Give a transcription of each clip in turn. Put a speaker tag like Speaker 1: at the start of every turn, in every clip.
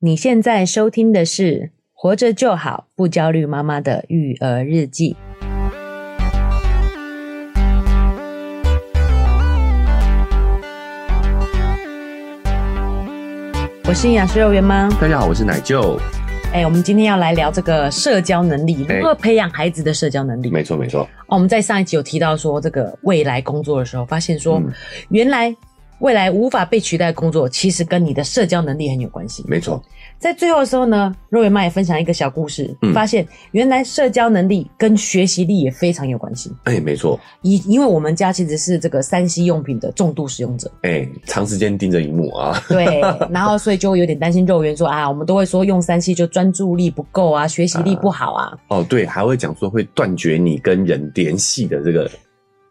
Speaker 1: 你现在收听的是《活着就好，不焦虑妈妈的育儿日记》。我是营养师肉圆妈。
Speaker 2: 大家好，我是奶舅。
Speaker 1: 哎、我们今天要来聊这个社交能力，
Speaker 2: 哎
Speaker 1: 如何培养孩子的社交能力。
Speaker 2: 没错，没错，
Speaker 1: 哦，我们在上一集有提到说，这个未来工作的时候，发现说，
Speaker 2: 嗯
Speaker 1: 原来未来无法被取代的工作，其实跟你的社交能力很有关系。
Speaker 2: 没错，
Speaker 1: 在最后的时候呢，肉圆妈也分享一个小故事，
Speaker 2: 嗯
Speaker 1: 发现原来社交能力跟学习力也非常有关系。
Speaker 2: 哎、没错，
Speaker 1: 因因为我们家其实是这个三 C 用品的重度使用者，
Speaker 2: 哎、长时间盯着荧幕啊，
Speaker 1: 对，然后所以就有点担心肉圆说啊，我们都会说用三 C 就专注力不够啊，学习力不好啊，
Speaker 2: 哦，对，还会讲说会断绝你跟人联系的这个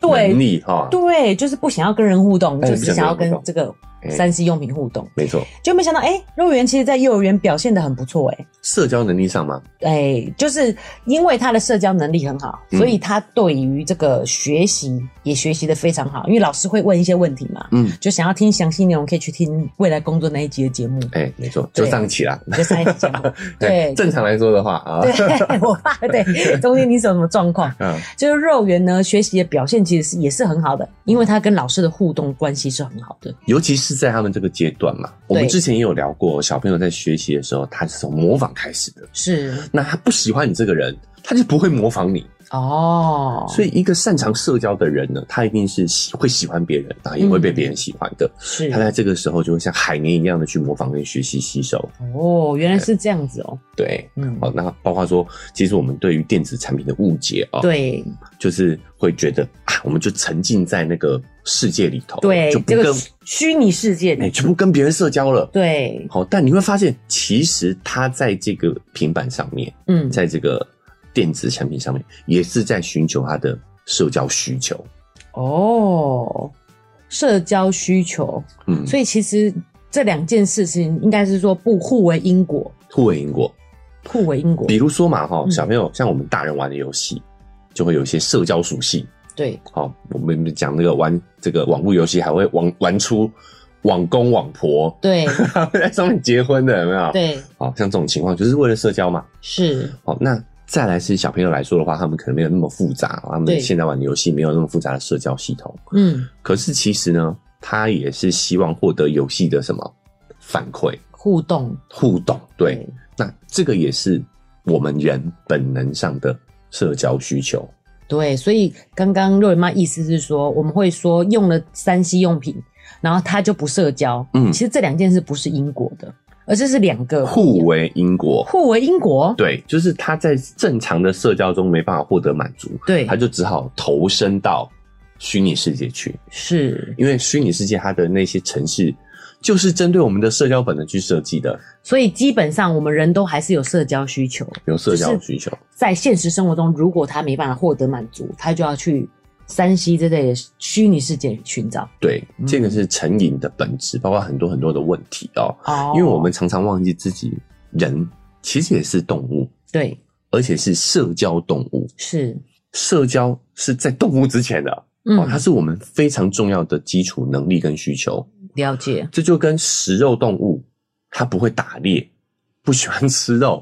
Speaker 1: 对
Speaker 2: 能力哈，
Speaker 1: 对，就是不想要跟人互动，
Speaker 2: 哎
Speaker 1: 就是想要跟这个
Speaker 2: 哎
Speaker 1: 三 C 用品互动。
Speaker 2: 没错，
Speaker 1: 就没想到，哎、肉圆其实在幼儿园表现的很不错、哎。
Speaker 2: 社交能力上嘛，
Speaker 1: 哎，就是因为他的社交能力很好，
Speaker 2: 嗯
Speaker 1: 所以他对于这个学习也学习的非常好。因为老师会问一些问题嘛，
Speaker 2: 嗯，
Speaker 1: 就想要听详细内容，可以去听未来工作那一集的节目，
Speaker 2: 哎、没错，
Speaker 1: 对
Speaker 2: 就上期啦。
Speaker 1: 就上一集节 目。对
Speaker 2: 正常来说的话 啊，
Speaker 1: 对，我爸对中间你什么状况？
Speaker 2: 嗯，
Speaker 1: 就是肉圆呢，学习的表现其实是也是很好的，因为他跟老师的互动关系是很好的。
Speaker 2: 尤其是在他们这个阶段嘛，我们
Speaker 1: 对
Speaker 2: 之前也有聊过，小朋友在学习的时候，他是从模仿开始的。
Speaker 1: 是
Speaker 2: 那他不喜欢你这个人，他就不会模仿你。
Speaker 1: 哦，
Speaker 2: 所以，一个擅长社交的人呢，他一定是喜会喜欢别人，然后也会
Speaker 1: 嗯
Speaker 2: 被别人喜欢的。
Speaker 1: 是
Speaker 2: 他在这个时候就会像海绵一样的去模仿跟学习吸收。
Speaker 1: 哦，原来是这样子哦，
Speaker 2: 对，
Speaker 1: 嗯，
Speaker 2: 好，那包括说，其实我们对于电子产品的误解哦，，
Speaker 1: 对
Speaker 2: 就是会觉得啊，我们就沉浸在那个世界里头，
Speaker 1: 对
Speaker 2: 哦就，不
Speaker 1: 这
Speaker 2: 跟
Speaker 1: 个虚拟世界
Speaker 2: 哎、
Speaker 1: 里，
Speaker 2: 就不跟别人社交了。
Speaker 1: 对，
Speaker 2: 好，但你会发现，其实他在这个平板上面，
Speaker 1: 嗯，
Speaker 2: 在这个电子产品上面，也是在寻求他的社交需求。
Speaker 1: 哦，社交需求，
Speaker 2: 嗯，
Speaker 1: 所以其实这两件事情应该是说不互为因果，
Speaker 2: 互为因果。
Speaker 1: 互为因果
Speaker 2: 比。如说嘛，哈，
Speaker 1: 嗯
Speaker 2: 小朋友像我们大人玩的游戏，就会有一些社交属性。
Speaker 1: 对，
Speaker 2: 好，我们讲那个玩这个网络游戏，还会玩玩出网公网婆，
Speaker 1: 对，
Speaker 2: 还会在上面结婚的，有没有？，
Speaker 1: 对，
Speaker 2: 好像这种情况就是为了社交嘛。
Speaker 1: 是，
Speaker 2: 好，那再来是小朋友来说的话，他们可能没有那么复杂，他
Speaker 1: 对
Speaker 2: 们现在玩的游戏没有那么复杂的社交系统。
Speaker 1: 嗯，
Speaker 2: 可是其实呢，他也是希望获得游戏的什么反馈
Speaker 1: 互动，
Speaker 2: 互动，对，那这个也是我们人本能上的社交需求。
Speaker 1: 对，所以刚刚肉圆妈意思是说，我们会说用了三 C 用品，然后他就不社交，
Speaker 2: 嗯
Speaker 1: 其实这两件事不是因果的，而这是两个
Speaker 2: 互为因果，
Speaker 1: 互为因果，
Speaker 2: 对，就是他在正常的社交中没办法获得满足，
Speaker 1: 对
Speaker 2: 他就只好投身到虚拟世界去，
Speaker 1: 是，
Speaker 2: 因为虚拟世界它的那些城市就是针对我们的社交本能去设计的，
Speaker 1: 所以基本上我们人都还是有社交需求，
Speaker 2: 有社交
Speaker 1: 就是
Speaker 2: 需求，
Speaker 1: 在现实生活中，如果他没办法获得满足，他就要去山西这类的虚拟世界寻找。
Speaker 2: 对，
Speaker 1: 嗯
Speaker 2: 这个是成瘾的本质，包括很多很多的问题哦，
Speaker 1: 哦
Speaker 2: 因为我们常常忘记自己人其实也是动物，
Speaker 1: 对
Speaker 2: 而且是社交动物，
Speaker 1: 是，
Speaker 2: 社交是在动物之前的、
Speaker 1: 嗯，
Speaker 2: 哦，它是我们非常重要的基础能力跟需求。
Speaker 1: 了解，
Speaker 2: 这就跟食肉动物，它不会打猎，不喜欢吃肉，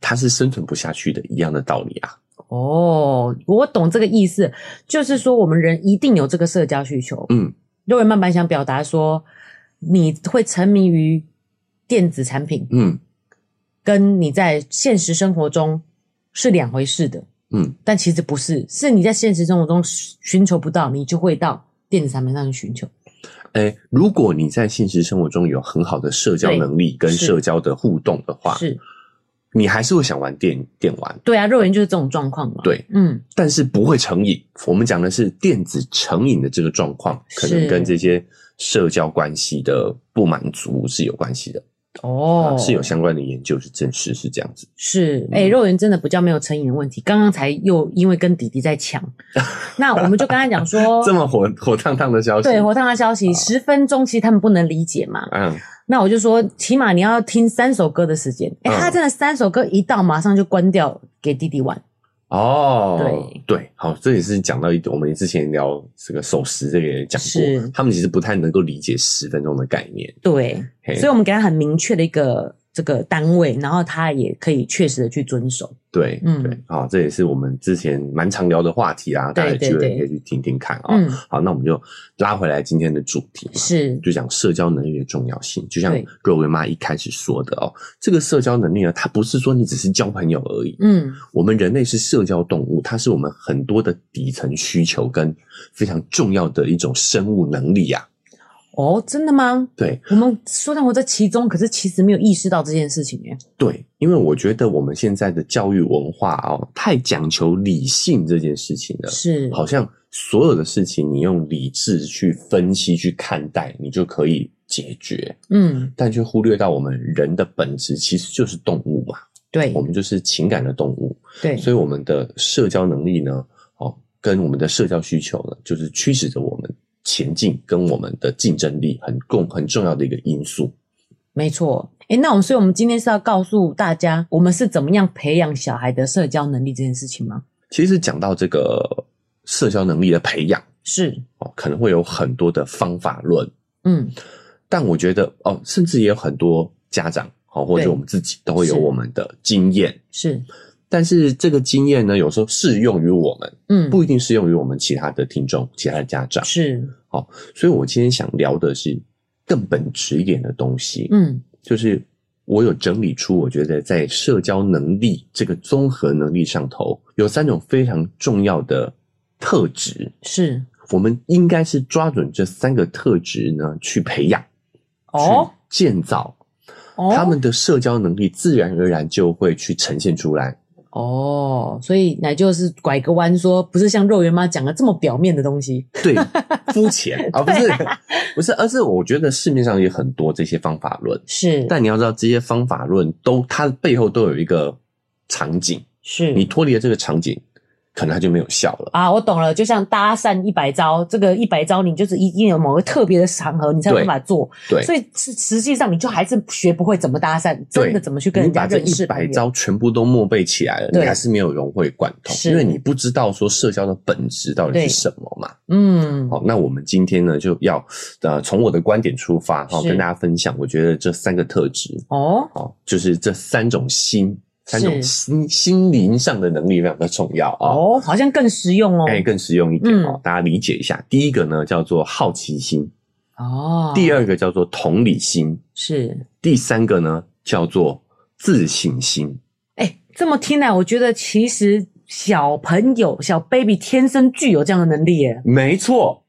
Speaker 2: 它是生存不下去的一样的道理啊。
Speaker 1: 哦，我懂这个意思，就是说我们人一定有这个社交需求。
Speaker 2: 嗯，
Speaker 1: 肉人慢慢想表达说，你会沉迷于电子产品，
Speaker 2: 嗯
Speaker 1: 跟你在现实生活中是两回事的，
Speaker 2: 嗯，
Speaker 1: 但其实不是，是你在现实生活中寻求不到，你就会到电子产品上去寻求。
Speaker 2: 哎，如果你在现实生活中有很好的社交能力跟
Speaker 1: 是
Speaker 2: 社交的互动的话，
Speaker 1: 是。
Speaker 2: 你还是会想玩电电玩，
Speaker 1: 对啊，肉圆就是这种状况嘛。
Speaker 2: 对，
Speaker 1: 嗯，
Speaker 2: 但是不会成瘾。我们讲的是电子成瘾的这个状况，可能
Speaker 1: 是
Speaker 2: 跟这些社交关系的不满足是有关系的。
Speaker 1: 哦
Speaker 2: 啊，是有相关的研究是证实是这样子。
Speaker 1: 是，
Speaker 2: 嗯
Speaker 1: 哎、肉圆真的比较没有成瘾的问题。刚刚才又因为跟弟弟在 抢，那我们就跟他讲说，
Speaker 2: 这么啊火火烫烫的消息，
Speaker 1: 对，火烫的消息，十、分钟其实他们不能理解嘛。
Speaker 2: 嗯，
Speaker 1: 那我就说，起码你要听三首歌的时间。哎、
Speaker 2: 嗯
Speaker 1: 他真的三首歌一到，马上就关掉给弟弟玩。
Speaker 2: 哦，
Speaker 1: 对
Speaker 2: 对，好，这也是讲到一，我们之前聊这个守时这个也讲
Speaker 1: 是
Speaker 2: 过，他们其实不太能够理解十分钟的概念，
Speaker 1: 对，
Speaker 2: 嘿
Speaker 1: 所以我们给他很明确的一个这个单位，然后他也可以确实的去遵守。
Speaker 2: 对，
Speaker 1: 嗯
Speaker 2: 对，好、这也是我们之前蛮常聊的话题啊，大家有
Speaker 1: 对对
Speaker 2: 机会
Speaker 1: 对
Speaker 2: 可以去听听看啊、
Speaker 1: 嗯，
Speaker 2: 好，那我们就拉回来今天的主题嘛，
Speaker 1: 是，
Speaker 2: 就讲社交能力的重要性。就像
Speaker 1: 对
Speaker 2: 各位妈一开始说的哦，这个社交能力呢，它不是说你只是交朋友而已。
Speaker 1: 嗯，
Speaker 2: 我们人类是社交动物，它是我们很多的底层需求跟非常重要的一种生物能力啊。
Speaker 1: 哦，真的吗？
Speaker 2: 对
Speaker 1: 我们虽然活在其中，可是其实没有意识到这件事情耶。
Speaker 2: 对，因为我觉得我们现在的教育文化哦，太讲求理性这件事情了。
Speaker 1: 是，
Speaker 2: 啊好像所有的事情你用理智去分析、去看待，你就可以解决，
Speaker 1: 嗯，
Speaker 2: 但却忽略到我们人的本质其实就是动物嘛，
Speaker 1: 对
Speaker 2: 我，们就是情感的动物，
Speaker 1: 对，
Speaker 2: 所以我们的社交能力呢，哦，跟我们的社交需求呢，就是驱使着我们前进，跟我们的竞争力很共很重要的一个因素。
Speaker 1: 没错。诶，那我们所以我们今天是要告诉大家，我们是怎么样培养小孩的社交能力这件事情吗？
Speaker 2: 其实讲到这个社交能力的培养
Speaker 1: 是，
Speaker 2: 哦，可能会有很多的方法论。
Speaker 1: 嗯，
Speaker 2: 但我觉得哦，甚至也有很多家长好、哦，或
Speaker 1: 对
Speaker 2: 者我们自己都会有
Speaker 1: 是
Speaker 2: 我们的经验，
Speaker 1: 是，
Speaker 2: 但是这个经验呢，有时候适用于我们，
Speaker 1: 嗯，
Speaker 2: 不一定适用于我们其他的听众、其他的家长。
Speaker 1: 是，
Speaker 2: 所以我今天想聊的是更本质一点的东西，
Speaker 1: 嗯，
Speaker 2: 就是我有整理出，我觉得在社交能力这个综合能力上头，有三种非常重要的特质，
Speaker 1: 是，
Speaker 2: 我们应该是抓准这三个特质呢去培养，
Speaker 1: 哦，
Speaker 2: 去建造。
Speaker 1: 哦，
Speaker 2: 他们的社交能力自然而然就会去呈现出来。
Speaker 1: 哦，所以奶就是拐个弯说，不是像肉圆妈讲的这么表面的东西。
Speaker 2: 对，肤浅啊，不是，不是，而是我觉得市面上有很多这些方法论，
Speaker 1: 是，
Speaker 2: 但你要知道，这些方法论都它背后都有一个场景，
Speaker 1: 是
Speaker 2: 你脱离了这个场景，可能它就没有效了。
Speaker 1: 啊，我懂了，就像搭讪一百招，这个一百招你就是一定有某个特别的场合你才有
Speaker 2: 对
Speaker 1: 办法做，
Speaker 2: 对，
Speaker 1: 所以实实际上你就还是学不会怎么搭讪，
Speaker 2: 对
Speaker 1: 真的怎么去跟
Speaker 2: 你
Speaker 1: 人家
Speaker 2: 把这
Speaker 1: 认识
Speaker 2: 一
Speaker 1: 朋友
Speaker 2: 百招全部都默背起来了，你
Speaker 1: 对
Speaker 2: 还是没有融会贯通，
Speaker 1: 是
Speaker 2: 因为你不知道说社交的本质到底
Speaker 1: 对
Speaker 2: 是什么嘛。
Speaker 1: 嗯，
Speaker 2: 好，那我们今天呢就要呃从我的观点出发，好、
Speaker 1: 是
Speaker 2: 跟大家分享，我觉得这三个特质，
Speaker 1: 哦，
Speaker 2: 哦，就是这三种心，三种
Speaker 1: 是
Speaker 2: 心心灵上的能力非常的重要啊、哦，
Speaker 1: 哦，好像更实用哦，
Speaker 2: 哎、更实用一点哦，
Speaker 1: 嗯
Speaker 2: 大家理解一下。第一个呢叫做好奇心，
Speaker 1: 哦，
Speaker 2: 第二个叫做同理心，
Speaker 1: 是，
Speaker 2: 第三个呢叫做自信心。，
Speaker 1: 哎，这么听来，我觉得其实小朋友小 baby 天生具有这样的能力耶
Speaker 2: 没错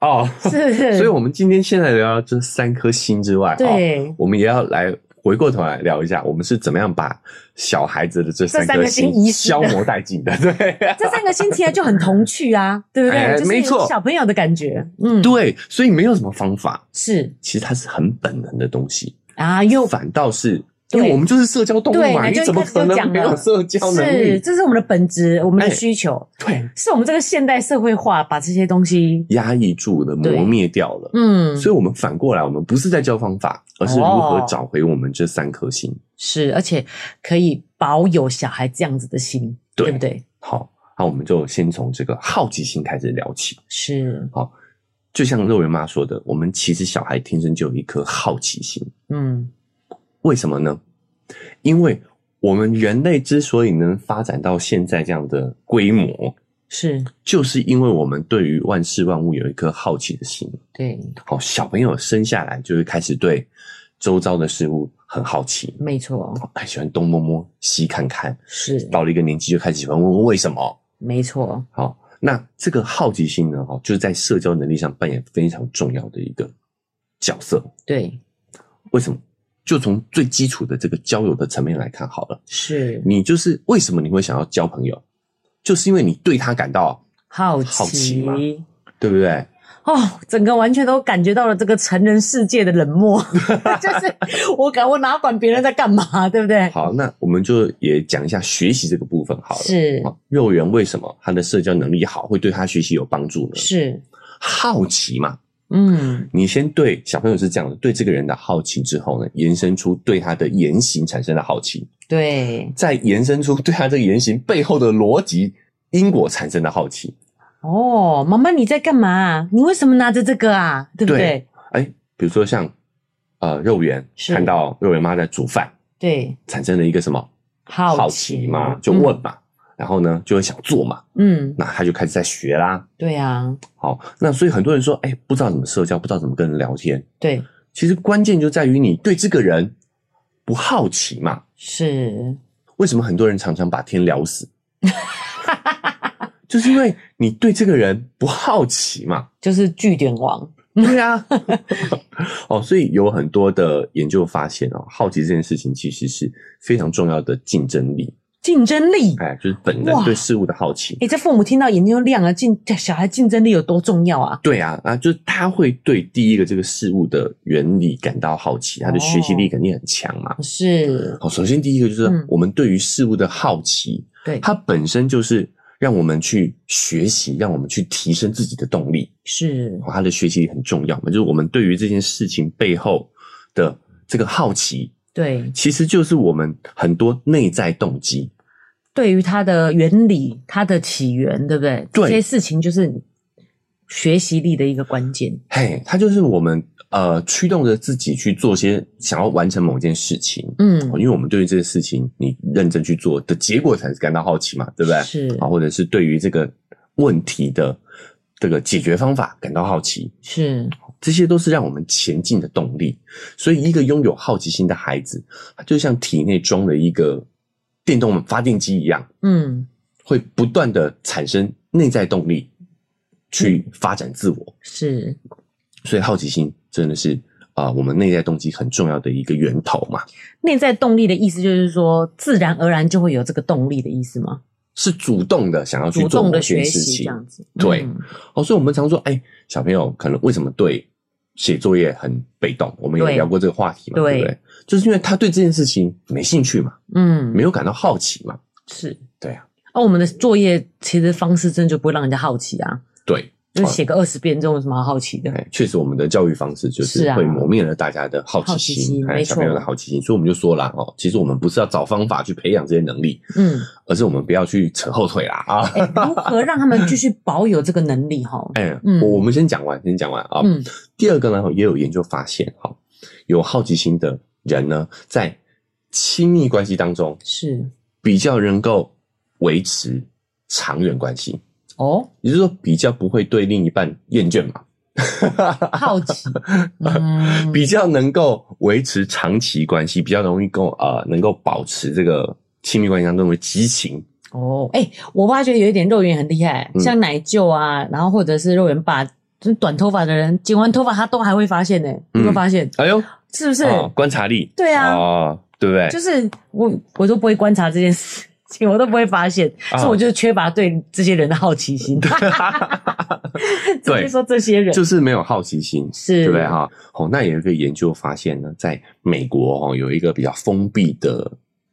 Speaker 2: 哦，
Speaker 1: 是不是？
Speaker 2: 所以我们今天先来聊聊这三颗心之外，哦，
Speaker 1: 对。
Speaker 2: 我们也要来。回过头来聊一下，我们是怎么样把小孩子的这三
Speaker 1: 三
Speaker 2: 颗
Speaker 1: 颗心遗失
Speaker 2: 消
Speaker 1: 的
Speaker 2: 磨殆尽的？ 对，
Speaker 1: 这三个星期啊就很童趣啊，对不对？
Speaker 2: 哎
Speaker 1: 就是
Speaker 2: 没错
Speaker 1: 小朋友的感觉，嗯，
Speaker 2: 对，所以没有什么方法，
Speaker 1: 是
Speaker 2: 其实它是很本能的东西，
Speaker 1: 啊，又
Speaker 2: 反倒是因
Speaker 1: 对
Speaker 2: 为我们就是社交动物
Speaker 1: 对
Speaker 2: 嘛，
Speaker 1: 你
Speaker 2: 你
Speaker 1: 就
Speaker 2: 怎么可能没有社交能
Speaker 1: 是，
Speaker 2: 力？
Speaker 1: 这是我们的本质，我们
Speaker 2: 哎
Speaker 1: 的需求，
Speaker 2: 对，
Speaker 1: 是我们这个现代社会化把这些东西，
Speaker 2: 压抑住了，
Speaker 1: 对
Speaker 2: 磨灭掉了。
Speaker 1: 嗯，哦
Speaker 2: 所以，我们反过来，我们不是在教方法，而是如何找回我们这三颗心。
Speaker 1: 是，而且可以保有小孩这样子的心，
Speaker 2: 对
Speaker 1: 对不对？
Speaker 2: 好，那我们就先从这个好奇心开始聊起。
Speaker 1: 是，
Speaker 2: 就像肉圆妈说的，我们其实小孩天生就有一颗好奇心，
Speaker 1: 嗯，
Speaker 2: 为什么呢？因为我们人类之所以能发展到现在这样的规模，
Speaker 1: 是
Speaker 2: 就是因为我们对于万事万物有一颗好奇的心。
Speaker 1: 对，
Speaker 2: 好，小朋友生下来就会开始对周遭的事物很好奇，
Speaker 1: 没错，
Speaker 2: 很喜欢东摸摸西看看。
Speaker 1: 是，
Speaker 2: 到了一个年纪，就开始喜欢问问为什么。
Speaker 1: 没错，
Speaker 2: 好，那这个好奇心呢，哈，就是在社交能力上扮演非常重要的一个角色。
Speaker 1: 对，
Speaker 2: 为什么？就从最基础的这个交友的层面来看好了，
Speaker 1: 是
Speaker 2: 你就是为什么你会想要交朋友，就是因为你对他感到，
Speaker 1: 好
Speaker 2: 好奇嘛对不对？
Speaker 1: 哦，整个完全都感觉到了这个成人世界的冷漠， 就是我感我哪管别人在干嘛，对不对？
Speaker 2: 好，那我们就也讲一下学习这个部分好了。
Speaker 1: 是
Speaker 2: 好幼儿园为什么他的社交能力好，会对他学习有帮助呢？
Speaker 1: 是，
Speaker 2: 好奇嘛，
Speaker 1: 嗯，
Speaker 2: 你先对小朋友是这样的，对这个人的好奇之后呢，延伸出对他的言行产生的好奇，
Speaker 1: 对，
Speaker 2: 再延伸出对他这个言行背后的逻辑因果产生的好奇。
Speaker 1: 哦，妈妈你在干嘛啊？你为什么拿着这个啊？对不对？
Speaker 2: 哎，比如说像呃肉圆
Speaker 1: 是
Speaker 2: 看到肉圆妈在煮饭，
Speaker 1: 对，
Speaker 2: 产生了一个什么
Speaker 1: 好
Speaker 2: 好奇嘛，就问嘛，然后呢就会想做嘛，
Speaker 1: 嗯，嗯，
Speaker 2: 那他就开始在学啦。
Speaker 1: 对啊，
Speaker 2: 好，那所以很多人说，哎，不知道怎么社交，不知道怎么跟人聊天，
Speaker 1: 对，
Speaker 2: 其实关键就在于你对这个人不好奇嘛。
Speaker 1: 是，
Speaker 2: 为什么很多人常常把天 聊死？就是因为你对这个人不好奇嘛。
Speaker 1: 就是据点王，
Speaker 2: 对啊，哦，所以有很多的研究发现哦，好奇这件事情其实是非常重要的竞争力，
Speaker 1: 竞争力。
Speaker 2: 哎，就是本人
Speaker 1: 哇
Speaker 2: 对事物的好奇。
Speaker 1: 哎，这父母听到眼睛都亮了，竞小孩竞争力有多重要啊？
Speaker 2: 对啊，啊，就是他会对第一个这个事物的原理感到好奇，他的学习力肯定很强嘛。
Speaker 1: 是，
Speaker 2: 好，首先第一个就是
Speaker 1: 嗯
Speaker 2: 我们对于事物的好奇，
Speaker 1: 对，
Speaker 2: 它本身就是让我们去学习，让我们去提升自己的动力。
Speaker 1: 是，
Speaker 2: 哦它的学习力很重要嘛，就是我们对于这件事情背后的这个好奇，
Speaker 1: 对，
Speaker 2: 其实就是我们很多内在动机。
Speaker 1: 对于它的原理、它的起源，对不对？
Speaker 2: 对
Speaker 1: 这些事情就是学习力的一个关键。
Speaker 2: 嘿，它就是我们呃驱动着自己去做些想要完成某件事情。
Speaker 1: 嗯，
Speaker 2: 哦因为我们对于这个事情，你认真去做的结果才是感到好奇嘛，对不对？
Speaker 1: 是
Speaker 2: 啊，或者是对于这个问题的这个解决方法感到好奇，
Speaker 1: 是，
Speaker 2: 这些都是让我们前进的动力。所以，一个拥有好奇心的孩子，他就像体内装了一个电动发电机一样，
Speaker 1: 嗯，
Speaker 2: 会不断的产生内在动力
Speaker 1: 嗯
Speaker 2: 去发展自我。
Speaker 1: 是
Speaker 2: 所以，好奇心真的是啊、我们内在动机很重要的一个源头嘛，
Speaker 1: 内在动力的意思，就是说自然而然就会有这个动力的意思吗？
Speaker 2: 是主动的想要去
Speaker 1: 主
Speaker 2: 做
Speaker 1: 动
Speaker 2: 某
Speaker 1: 的学
Speaker 2: 件事
Speaker 1: 习这
Speaker 2: 情。
Speaker 1: 样子。
Speaker 2: 对
Speaker 1: 嗯
Speaker 2: 哦，所以我们常说，哎，小朋友可能为什么对写作业很被动？我们有
Speaker 1: 对
Speaker 2: 聊过这个话题嘛，
Speaker 1: 对
Speaker 2: 对不对？就是因为他对这件事情没兴趣嘛，
Speaker 1: 嗯，
Speaker 2: 没有感到好奇嘛。
Speaker 1: 是。
Speaker 2: 对啊，
Speaker 1: 哦，我们的作业其实方式真的就不会让人家好奇啊，
Speaker 2: 对，
Speaker 1: 就写个二十遍，这有什么好好奇的？
Speaker 2: 哎，确实我们的教育方式就是是
Speaker 1: 啊
Speaker 2: 会磨灭了大家的好
Speaker 1: 好
Speaker 2: 奇
Speaker 1: 奇
Speaker 2: 心，
Speaker 1: 心
Speaker 2: 哎
Speaker 1: 没
Speaker 2: 小朋友的
Speaker 1: 错
Speaker 2: 好奇心。所以我们就说了哦，其实我们不是要找方法去培养这些能力，
Speaker 1: 嗯，
Speaker 2: 而是我们不要去扯后腿啦啊。
Speaker 1: 哎如何让他们继续保有这个能力？ 哈，
Speaker 2: 哎，
Speaker 1: 嗯
Speaker 2: 我我们先讲完，先讲完啊。
Speaker 1: 嗯，
Speaker 2: 第二个呢，也有研究发现，哈、有好奇心的人呢，在亲密关系当中
Speaker 1: 是
Speaker 2: 比较能够维持长远关系，
Speaker 1: 哦，
Speaker 2: 也就是说，比较不会对另一半厌倦嘛，
Speaker 1: 好 奇，嗯，
Speaker 2: 比较能够维持长期关系，比较容易够呃，能够保持这个亲密关系当中的激情。
Speaker 1: 哦，哎、我发觉有一点肉圆很厉害，
Speaker 2: 嗯
Speaker 1: 像奶舅啊，然后或者是肉圆爸，就是短头发的人剪完头发他都还会发现呢、你有没有
Speaker 2: 嗯
Speaker 1: 发现？
Speaker 2: 哎呦，
Speaker 1: 是不是？
Speaker 2: 哦观察力，
Speaker 1: 对啊
Speaker 2: 哦，对不对？
Speaker 1: 就是我我都不会观察这件事情，我都不会发现，
Speaker 2: 啊
Speaker 1: 所以我就是缺乏对这些人的好奇心。 直接
Speaker 2: 对
Speaker 1: 说这些人
Speaker 2: 就是没有好奇心，
Speaker 1: 是
Speaker 2: 对不对哈？哦，那有一个研究发现呢，在美国哦，有一个比较封闭的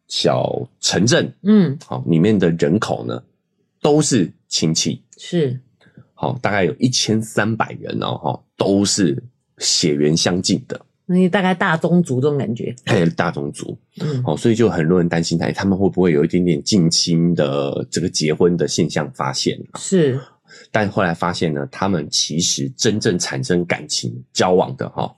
Speaker 2: 小城镇，
Speaker 1: 嗯，
Speaker 2: 好、里面的人口呢都是亲戚，
Speaker 1: 是
Speaker 2: 好、大概有一千三百人哦，哈、都是血缘相近的，
Speaker 1: 那些大概大宗族这种感觉，
Speaker 2: 还有大种族，
Speaker 1: 嗯，
Speaker 2: 哦，所以就很多人担心，哎，他们会不会有一点点近亲的这个结婚的现象发现？
Speaker 1: 是
Speaker 2: 但后来发现呢，他们其实真正产生感情交往的哈、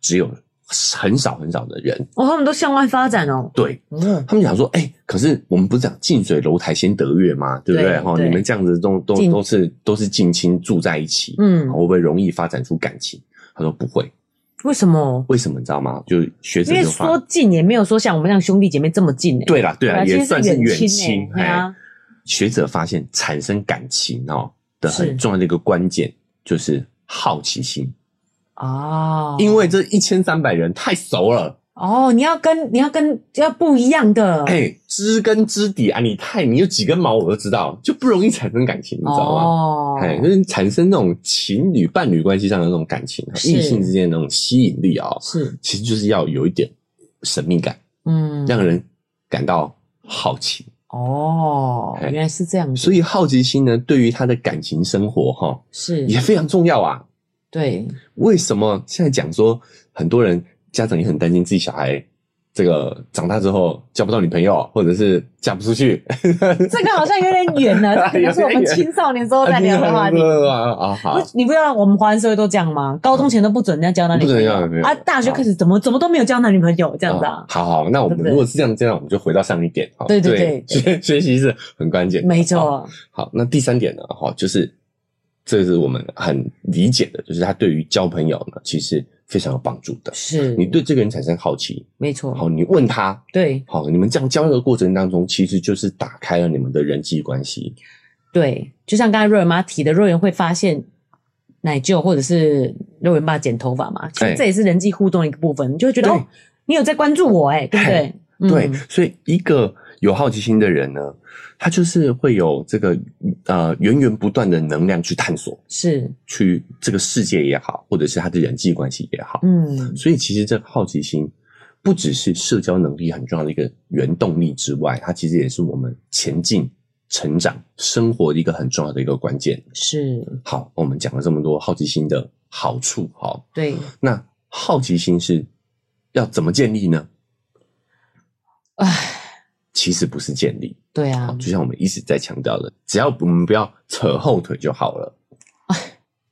Speaker 2: 只有很少很少的人。
Speaker 1: 哦，他们都向外发展哦，
Speaker 2: 对
Speaker 1: 嗯，
Speaker 2: 他们讲说，哎、可是我们不是讲近水楼台先得月嘛，对不对？
Speaker 1: 对
Speaker 2: 哈，
Speaker 1: 对
Speaker 2: 你们这样子都都
Speaker 1: 近
Speaker 2: 都是都是近亲住在一起，
Speaker 1: 嗯
Speaker 2: 会不会容易发展出感情？他说不会，
Speaker 1: 为什么？
Speaker 2: 为什么你知道吗？就是学
Speaker 1: 因
Speaker 2: 者
Speaker 1: 为
Speaker 2: 就发
Speaker 1: 说近也没有说像我们这样兄弟姐妹这么近哎、
Speaker 2: 对啦，对啦，
Speaker 1: 对啊
Speaker 2: 也算是
Speaker 1: 其实
Speaker 2: 远
Speaker 1: 是远
Speaker 2: 亲
Speaker 1: 亲。欸对
Speaker 2: 哎、
Speaker 1: 啊
Speaker 2: 学者发现产生感情哦的
Speaker 1: 是
Speaker 2: 很重要的一个关键就是好奇心，
Speaker 1: 哦，
Speaker 2: 因为这一千三百人太熟了，
Speaker 1: 哦，你要跟你要跟要不一样的，
Speaker 2: 哎、知根知底啊，你太你有几根毛我都知道，就不容易产生感情，你知道吗？
Speaker 1: 哦，
Speaker 2: 哎，就是产生那种情侣、伴侣关系上的那种感情，啊
Speaker 1: 是
Speaker 2: 异性之间的那种吸引力啊、哦，
Speaker 1: 是，
Speaker 2: 其实就是要有一点神秘感，
Speaker 1: 嗯，
Speaker 2: 让人感到好奇。
Speaker 1: 哦，
Speaker 2: 哎
Speaker 1: 原来是这样子，
Speaker 2: 所以好奇心呢，对于他的感情生活哈、
Speaker 1: 是，
Speaker 2: 也非常重要啊。
Speaker 1: 对，
Speaker 2: 为什么现在讲说很多人家长也很担心自己小孩这个长大之后交不到女朋友，或者是嫁不 出去，
Speaker 1: 这个好像有点远了，这可能是我们青少年时候在 聊的话题。
Speaker 2: 啊，
Speaker 1: 不
Speaker 2: 好
Speaker 1: 是，，你不知道我们华人社会都这样吗？高中前都不准人家交男女
Speaker 2: 不
Speaker 1: 朋
Speaker 2: 能
Speaker 1: 友
Speaker 2: 要女朋友
Speaker 1: 啊，大学开始怎么怎么都没有交男女朋友这样子啊？
Speaker 2: 好好，那我们
Speaker 1: 对不对
Speaker 2: 如果是这样，这样我们就回到上一点，好
Speaker 1: 对对对
Speaker 2: 学学习是很关键的，
Speaker 1: 没
Speaker 2: 好。
Speaker 1: 错，
Speaker 2: 好，那第三点呢，哈，就是这是我们很理解的，就是他对于交朋友呢，其实非常有帮助的。
Speaker 1: 是
Speaker 2: 你对这个人产生好奇，
Speaker 1: 没错，
Speaker 2: 好，你问他，
Speaker 1: 对
Speaker 2: 好，你们这样交流的过程当中，其实就是打开了你们的人际关系。
Speaker 1: 对，就像刚才瑞文妈提的，瑞文会发现奶舅或者是瑞文爸剪头发嘛，其
Speaker 2: 哎
Speaker 1: 实这也是人际互动的一个部分，你就会觉得
Speaker 2: 对
Speaker 1: 哦，你有在关注我哎，对不对？嗯
Speaker 2: 对，所以一个有好奇心的人呢，他就是会有这个呃源源不断的能量去探索，
Speaker 1: 是，
Speaker 2: 去这个世界也好，或者是他的人际关系也好。
Speaker 1: 嗯，
Speaker 2: 所以其实这个好奇心不只是社交能力很重要的一个原动力之外，它其实也是我们前进、成长、生活的一个很重要的一个关键。
Speaker 1: 是
Speaker 2: 好，我们讲了这么多好奇心的好处，好，
Speaker 1: 对。
Speaker 2: 那好奇心是要怎么建立呢？
Speaker 1: 唉，
Speaker 2: 其实不是建立，
Speaker 1: 对
Speaker 2: 好
Speaker 1: 啊，
Speaker 2: 就像我们一直在强调的，只要我们不要扯后腿就好了。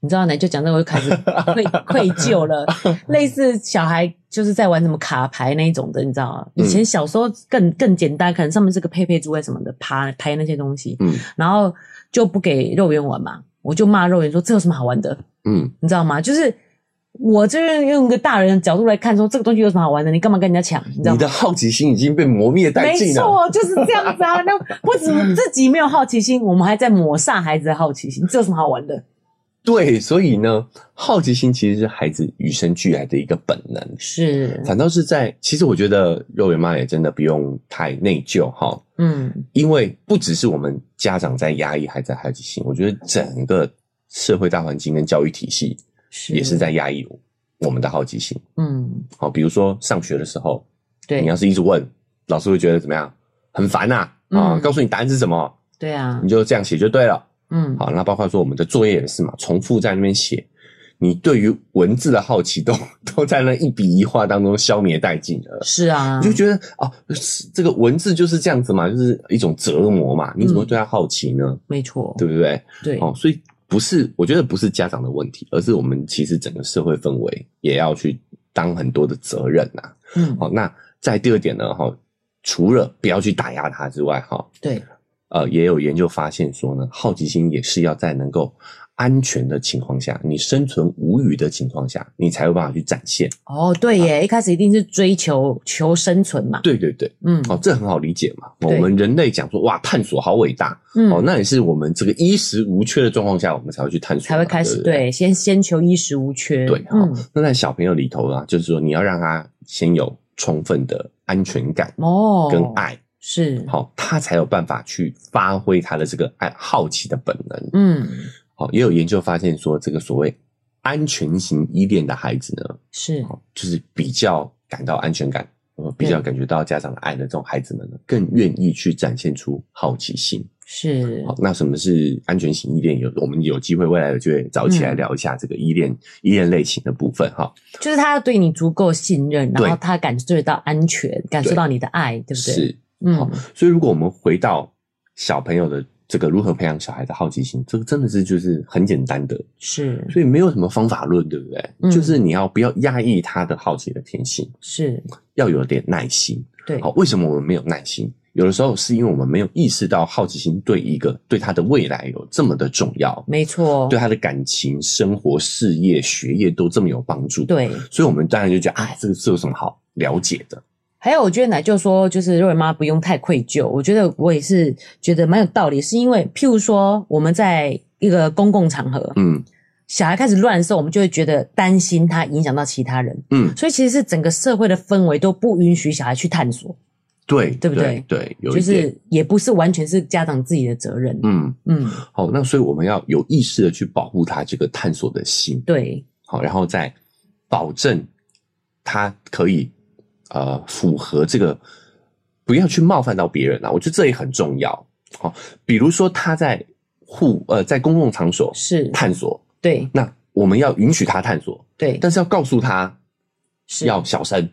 Speaker 1: 你知道呢，就讲这个我就 开始愧愧疚了，类似小孩就是在玩什么卡牌那一种的，你知道吗？
Speaker 2: 嗯
Speaker 1: 以前小时候更更简单，可能上面是个佩佩猪啊什么的，爬拍那些东西，
Speaker 2: 嗯
Speaker 1: 然后就不给肉圆玩嘛，我就骂肉圆说这有什么好玩的，
Speaker 2: 嗯，
Speaker 1: 你知道吗？就是我就是用一个大人的角度来看说这个东西有什么好玩的，你干嘛跟人家抢？你知道
Speaker 2: 你
Speaker 1: 吗？
Speaker 2: 的啊好奇心已经被磨灭殆
Speaker 1: 没
Speaker 2: 尽了。
Speaker 1: 错，就是这样子啊！那 不止自己没有好奇心，我们还在抹煞孩子的好奇心，这有什么好玩的？
Speaker 2: 对，所以呢，好奇心其实是孩子与生俱来的一个本能。
Speaker 1: 是，
Speaker 2: 反倒是在，其实我觉得肉圆妈也真的不用太内疚哈，
Speaker 1: 嗯。
Speaker 2: 因为不只是我们家长在压抑孩子的好奇心，我觉得整个社会大环境跟教育体系
Speaker 1: 是
Speaker 2: 也是在压抑我们的好奇心。
Speaker 1: 嗯，
Speaker 2: 好，比如说上学的时候，
Speaker 1: 对，
Speaker 2: 你要是一直问，老师会觉得怎么样？很烦呐啊！
Speaker 1: 嗯
Speaker 2: 告诉你答案是什么，
Speaker 1: 对啊
Speaker 2: 你，就这样写就对了。
Speaker 1: 嗯，
Speaker 2: 好，那包括说我们的作业也是嘛，重复在那边写，你对于文字的好奇都都在那一笔一画当中消灭殆尽了。
Speaker 1: 是啊，
Speaker 2: 你就觉得哦，是这个文字就是这样子嘛，就是一种折磨嘛，你怎么会对他好奇呢？
Speaker 1: 没错，
Speaker 2: 对不对？
Speaker 1: 对
Speaker 2: 哦，所以不是，我觉得不是家长的问题，而是我们其实整个社会氛围也要去当很多的责任呐、
Speaker 1: 嗯，
Speaker 2: 好、那在第二点呢，哈、哦除了不要去打压他之外，哈、哦
Speaker 1: 对，
Speaker 2: 呃，也有研究发现说呢，好奇心也是要在能够安全的情况下，你生存无虞的情况下，你才有办法去展现。
Speaker 1: 哦，对耶，一开始一定是追求求生存嘛，
Speaker 2: 对对对，
Speaker 1: 嗯
Speaker 2: 哦，这很好理解嘛。哦我
Speaker 1: 对
Speaker 2: 们人类讲说，哇，探索好伟大，哦，
Speaker 1: 嗯，
Speaker 2: 那也是我们这个衣食无缺的状况下，我们才会去探索嘛，
Speaker 1: 才会开始
Speaker 2: 对不对。
Speaker 1: 对，先先求衣食无缺，
Speaker 2: 对哈、
Speaker 1: 嗯，
Speaker 2: 那在小朋友里头啊，就是说你要让他先有充分的安全感
Speaker 1: 哦，
Speaker 2: 跟爱，
Speaker 1: 是，
Speaker 2: 好、他才有办法去发挥他的这个爱好奇的本能。
Speaker 1: 嗯，
Speaker 2: 好、也有研究发现说，这个所谓安全型依恋的孩子呢，
Speaker 1: 是
Speaker 2: 好就是比较感到安全感。呃，比
Speaker 1: 对
Speaker 2: 较感觉到家长的爱的这种孩子们呢，更愿意去展现出好奇心。
Speaker 1: 是
Speaker 2: 好，那什么是安全型依恋？有我们有机会未来有机会早起来
Speaker 1: 嗯
Speaker 2: 聊一下这个依恋、依恋类型的部分哈。
Speaker 1: 就是他要对你足够信任，
Speaker 2: 对
Speaker 1: 然后他感受得到安全，感受到你的爱，对不对？，
Speaker 2: 是，
Speaker 1: 嗯，
Speaker 2: 所以如果我们回到小朋友的这个如何培养小孩的好奇心，这个真的是就是很简单的，
Speaker 1: 是
Speaker 2: 所以没有什么方法论，对不对？
Speaker 1: 嗯
Speaker 2: 就是你要不要压抑他的好奇的天性，
Speaker 1: 是，
Speaker 2: 要有点耐心。
Speaker 1: 对
Speaker 2: 好，，为什么我们没有耐心？有的时候是因为我们没有意识到好奇心对一个对他的未来有这么的重要，
Speaker 1: 没错，
Speaker 2: 对他的感情、生活、事业、学业都这么有帮助。，
Speaker 1: 对，
Speaker 2: 所以我们当然就觉得，哎，这个是有什么好了解的？
Speaker 1: 还有，我觉得奶就说，就是瑞文妈不用太愧疚。我觉得我也是觉得蛮有道理，是因为譬如说我们在一个公共场合，
Speaker 2: 嗯
Speaker 1: 小孩开始乱的时候，我们就会觉得担心他影响到其他人，
Speaker 2: 嗯，
Speaker 1: 所以其实是整个社会的氛围都不允许小孩去探索，
Speaker 2: 对，
Speaker 1: 对不对
Speaker 2: 对？对，有
Speaker 1: 就
Speaker 2: 一点，
Speaker 1: 是也不是完全是家长自己的责任。
Speaker 2: 嗯，
Speaker 1: 嗯，
Speaker 2: 好，那所以我们要有意识的去保护他这个探索的心，
Speaker 1: 对，
Speaker 2: 好，然后再保证他可以呃符合这个，不要去冒犯到别人啊，我觉得这也很重要。好，比如说他在户呃在公共场所
Speaker 1: 是，
Speaker 2: 探索，
Speaker 1: 对
Speaker 2: 那我们要允许他探索，
Speaker 1: 对，
Speaker 2: 但是要告诉他
Speaker 1: 是
Speaker 2: 要小声，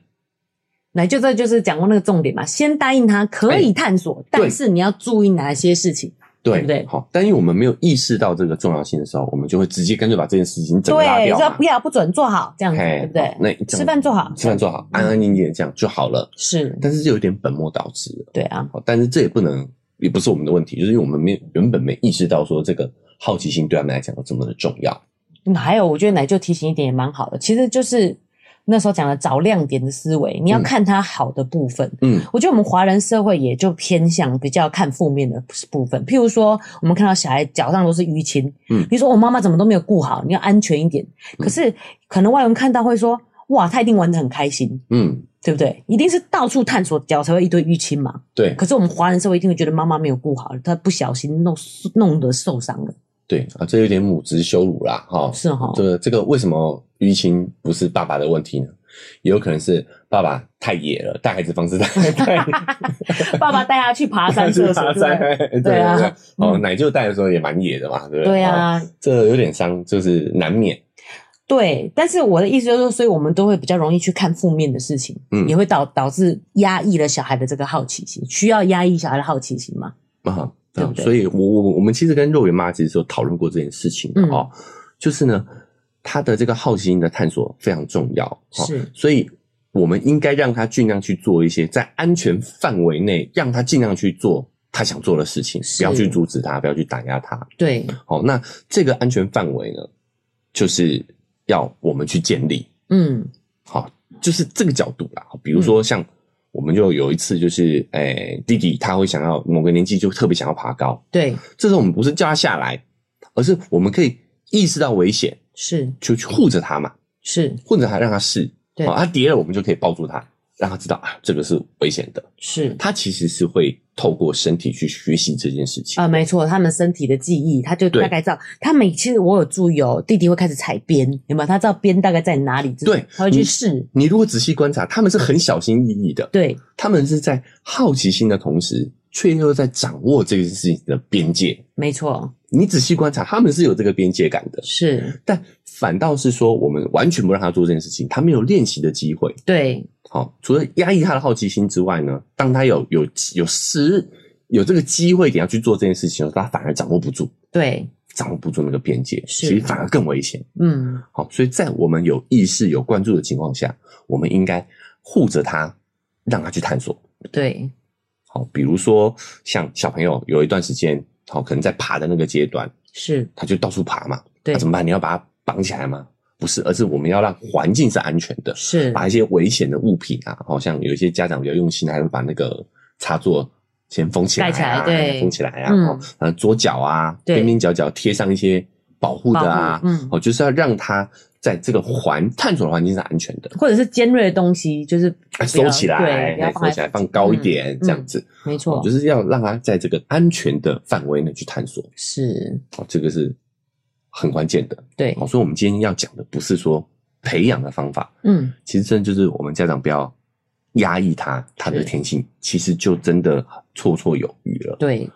Speaker 1: 来，就这就是讲过那个重点嘛，先答应他可
Speaker 2: 哎
Speaker 1: 以探索，但是你要注意哪些事情。
Speaker 2: 对
Speaker 1: 对不对
Speaker 2: 好，但因为我们没有意识到这个重要性的时候，我们就会直接干脆把这件事情整个拉
Speaker 1: 对，
Speaker 2: 掉
Speaker 1: 说
Speaker 2: 嘛
Speaker 1: 不。要不准做好这样子，
Speaker 2: 嘿
Speaker 1: 对不对
Speaker 2: 好？那这样
Speaker 1: 吃饭做好
Speaker 2: 吃饭做
Speaker 1: 嗯
Speaker 2: 好，安安静静的这样就好了。
Speaker 1: 是，
Speaker 2: 但是就有点本末倒置了。
Speaker 1: 对啊，
Speaker 2: 好但是这也不能，也不是我们的问题，就是因为我们没原本没意识到说这个好奇心对他们来讲有这么的重要。
Speaker 1: 嗯还有我觉得奶就提醒一点也蛮好的，其实就是那时候讲的找亮点的思维，你要
Speaker 2: 嗯
Speaker 1: 看它好的部分。
Speaker 2: 嗯，
Speaker 1: 我觉得我们华人社会也就偏向比较看负面的部分，譬如说，我们看到小孩脚上都是淤青，
Speaker 2: 嗯
Speaker 1: 你说我妈妈怎么都没有顾好，你要安全一点。可是可能外人看到会说，哇，他一定玩得很开心，
Speaker 2: 嗯，
Speaker 1: 对不对？一定是到处探索，脚才会一堆淤青嘛。
Speaker 2: 对
Speaker 1: 可是我们华人社会一定会觉得妈妈没有顾好，她不小心弄弄得受伤了，
Speaker 2: 对啊，这有点母职羞辱啦，哈、
Speaker 1: 是哦哈、
Speaker 2: 这个这个为什么淤青不是爸爸的问题呢？也有可能是爸爸太野了，带孩子方 式太太
Speaker 1: 爸爸带他去爬 山
Speaker 2: 是
Speaker 1: 厕所，对
Speaker 2: 爬
Speaker 1: 不对
Speaker 2: 山，对
Speaker 1: 对啊
Speaker 2: 对对哦，
Speaker 1: 嗯
Speaker 2: 奶舅带的时候也蛮野的嘛，对不对？
Speaker 1: 对
Speaker 2: 哦，
Speaker 1: 啊，
Speaker 2: 这有点伤，就是难免。
Speaker 1: 对，但是我的意思就是说，所以我们都会比较容易去看负面的事情，
Speaker 2: 嗯
Speaker 1: 也会导导致压抑了小孩的这个好奇心，需要压抑小孩的好奇心嘛？
Speaker 2: 啊，
Speaker 1: 对不对
Speaker 2: 所以我我我们其实跟肉圆妈其实有讨论过这件事情的
Speaker 1: 嗯
Speaker 2: 哦，就是呢，她的这个好奇心的探索非常重要，哦、
Speaker 1: 是
Speaker 2: 所以我们应该让她尽量去做一些在安全范围内，让她尽量去做她想做的事情，
Speaker 1: 是
Speaker 2: 不要去阻止她，不要去打压她。
Speaker 1: 对，
Speaker 2: 好、那这个安全范围呢，就是要我们去建立，
Speaker 1: 嗯，
Speaker 2: 好，就是这个角度啦。比如说像我们就有一次就是，诶、弟弟他会想要某个年纪就特别想要爬高。
Speaker 1: 对，
Speaker 2: 这时候我们不是叫他下来，而是我们可以意识到危险，
Speaker 1: 是
Speaker 2: 就去护着他嘛，
Speaker 1: 是
Speaker 2: 护着他让他试。
Speaker 1: 对
Speaker 2: 哦他跌了，我们就可以抱住他，让他知道啊，这个是危险的。
Speaker 1: 是
Speaker 2: 他其实是会透过身体去学习这件事情。
Speaker 1: 啊、没错，他们身体的记忆，他就
Speaker 2: 对
Speaker 1: 大概知道。他每其实我有注意哦，弟弟会开始踩边，有没有？他知道边大概在哪里，
Speaker 2: 对嗯
Speaker 1: 他会去
Speaker 2: 你
Speaker 1: 试。
Speaker 2: 你如果仔细观察，他们是很小心翼翼的，
Speaker 1: 对，
Speaker 2: 他们是在好奇心的同时，却又在掌握这件事情的边界。
Speaker 1: 没错，
Speaker 2: 你仔细观察，他们是有这个边界感的，
Speaker 1: 是
Speaker 2: 但反倒是说，我们完全不让他做这件事情，他没有练习的机会。
Speaker 1: 对，
Speaker 2: 好、除了压抑他的好奇心之外呢，当他有有有时有这个机会点要去做这件事情的时候，他反而掌握不住，
Speaker 1: 对，
Speaker 2: 掌握不住那个边界，
Speaker 1: 是
Speaker 2: 其实反而更危险。
Speaker 1: 嗯，
Speaker 2: 好、所以在我们有意识、有关注的情况下，我们应该护着他，让他去探索。
Speaker 1: 对，
Speaker 2: 好、比如说像小朋友有一段时间，好、可能在爬的那个阶段，
Speaker 1: 是，
Speaker 2: 他就到处爬嘛，啊
Speaker 1: 对
Speaker 2: 那，怎么办？你要把他绑起来吗？不是，而是我们要让环境是安全的。
Speaker 1: 是，
Speaker 2: 把一些危险的物品啊，好像有一些家长比较用心，还会把那个插座先封起来、啊，
Speaker 1: 盖起来对
Speaker 2: 封起来啊，
Speaker 1: 嗯
Speaker 2: 哦，呃，桌角啊，
Speaker 1: 对
Speaker 2: 边边角角贴上一些保护的啊，
Speaker 1: 保护嗯
Speaker 2: 哦，就是要让它在这个环探索的环境是安全的，
Speaker 1: 或者是尖锐的东西，就是不
Speaker 2: 哎收
Speaker 1: 要
Speaker 2: 起
Speaker 1: 对，
Speaker 2: 来，
Speaker 1: 不要
Speaker 2: 哎收起来，放高一点，
Speaker 1: 嗯
Speaker 2: 这样子，
Speaker 1: 没错，
Speaker 2: 就是要让它在这个安全的范围内去探索，
Speaker 1: 是
Speaker 2: 哦，这个是很关键的。
Speaker 1: 对
Speaker 2: 哦，，所以我们今天要讲的不是说培养的方法，
Speaker 1: 嗯，
Speaker 2: 其实真的就是我们家长不要压抑他他的天性，其实就真的绰绰有余了。
Speaker 1: 对，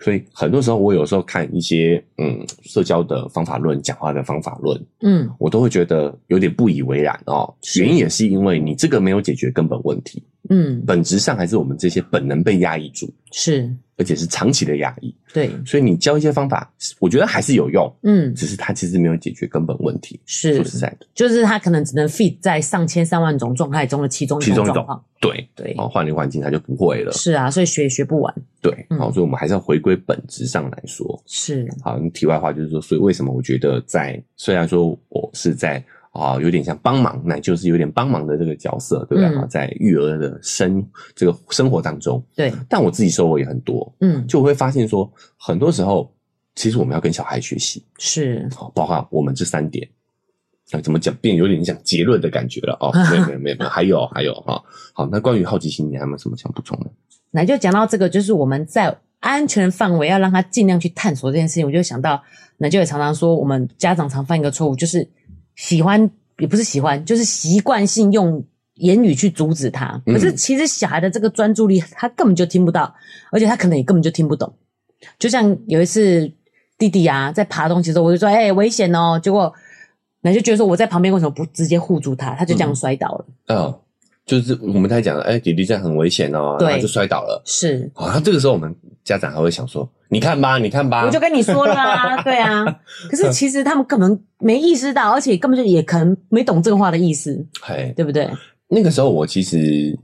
Speaker 2: 所以很多时候，我有时候看一些嗯社交的方法论、讲话的方法论，
Speaker 1: 嗯，
Speaker 2: 我都会觉得有点不以为然哦。
Speaker 1: 是
Speaker 2: 原因也是因为你这个没有解决根本问题，
Speaker 1: 嗯，
Speaker 2: 本质上还是我们这些本能被压抑住，
Speaker 1: 是，
Speaker 2: 而且是长期的压抑。
Speaker 1: 对，
Speaker 2: 所以你教一些方法，我觉得还是有用，
Speaker 1: 嗯，
Speaker 2: 只是它其实没有解决根本问题。
Speaker 1: 是
Speaker 2: 说，实在的，
Speaker 1: 就是他可能只能 fit 在上千上万种状态中的其中一
Speaker 2: 其
Speaker 1: 种
Speaker 2: 中一
Speaker 1: 状
Speaker 2: 种
Speaker 1: 况，
Speaker 2: 对
Speaker 1: 对，
Speaker 2: 哦，换了一个环境他就不会了。
Speaker 1: 是啊，所以学也学不完，
Speaker 2: 对，
Speaker 1: 嗯
Speaker 2: 好，所以我们还是要回归本质上来说。
Speaker 1: 是，
Speaker 2: 好，题外话就是说，所以为什么我觉得在虽然说我是在啊、有点像帮忙，那就是有点帮忙的这个角色，对不对？
Speaker 1: 嗯
Speaker 2: 啊，在育儿的生这个生活当中，
Speaker 1: 对，
Speaker 2: 但我自己收获也很多，
Speaker 1: 嗯，
Speaker 2: 就我会发现说，很多时候其实我们要跟小孩学习，
Speaker 1: 是，
Speaker 2: 好，包括我们这三点。啊，怎么讲？变有点像结论的感觉了哦。没有没有没有没有，还有还有哈、好，那关于好奇心，你还有没有什么想补充的？
Speaker 1: 那就讲到这个，就是我们在安全范围要让他尽量去探索这件事情，我就想到，那就也常常说，我们家长常犯一个错误，就是喜欢也不是喜欢，就是习惯性用言语去阻止他。
Speaker 2: 嗯
Speaker 1: 可是其实小孩的这个专注力，他根本就听不到，而且他可能也根本就听不懂。就像有一次弟弟啊在爬东西的时候，我就说：“哎、危险哦！”结果。那就觉得说我在旁边为什么不直接护住他？他就这样摔倒了。
Speaker 2: 嗯，就是我们在讲，哎、弟弟这样很危险哦，
Speaker 1: 对
Speaker 2: 然后就摔倒了。
Speaker 1: 是，
Speaker 2: 好、像这个时候我们家长还会想说，你看吧，你看吧，
Speaker 1: 我就跟你说了 啊，对啊。可
Speaker 2: 嗯
Speaker 1: 是其实他们根本没意识到，而且根本就也可能没懂这个话的意思，
Speaker 2: 嘿，
Speaker 1: 对不对？
Speaker 2: 那个时候我其实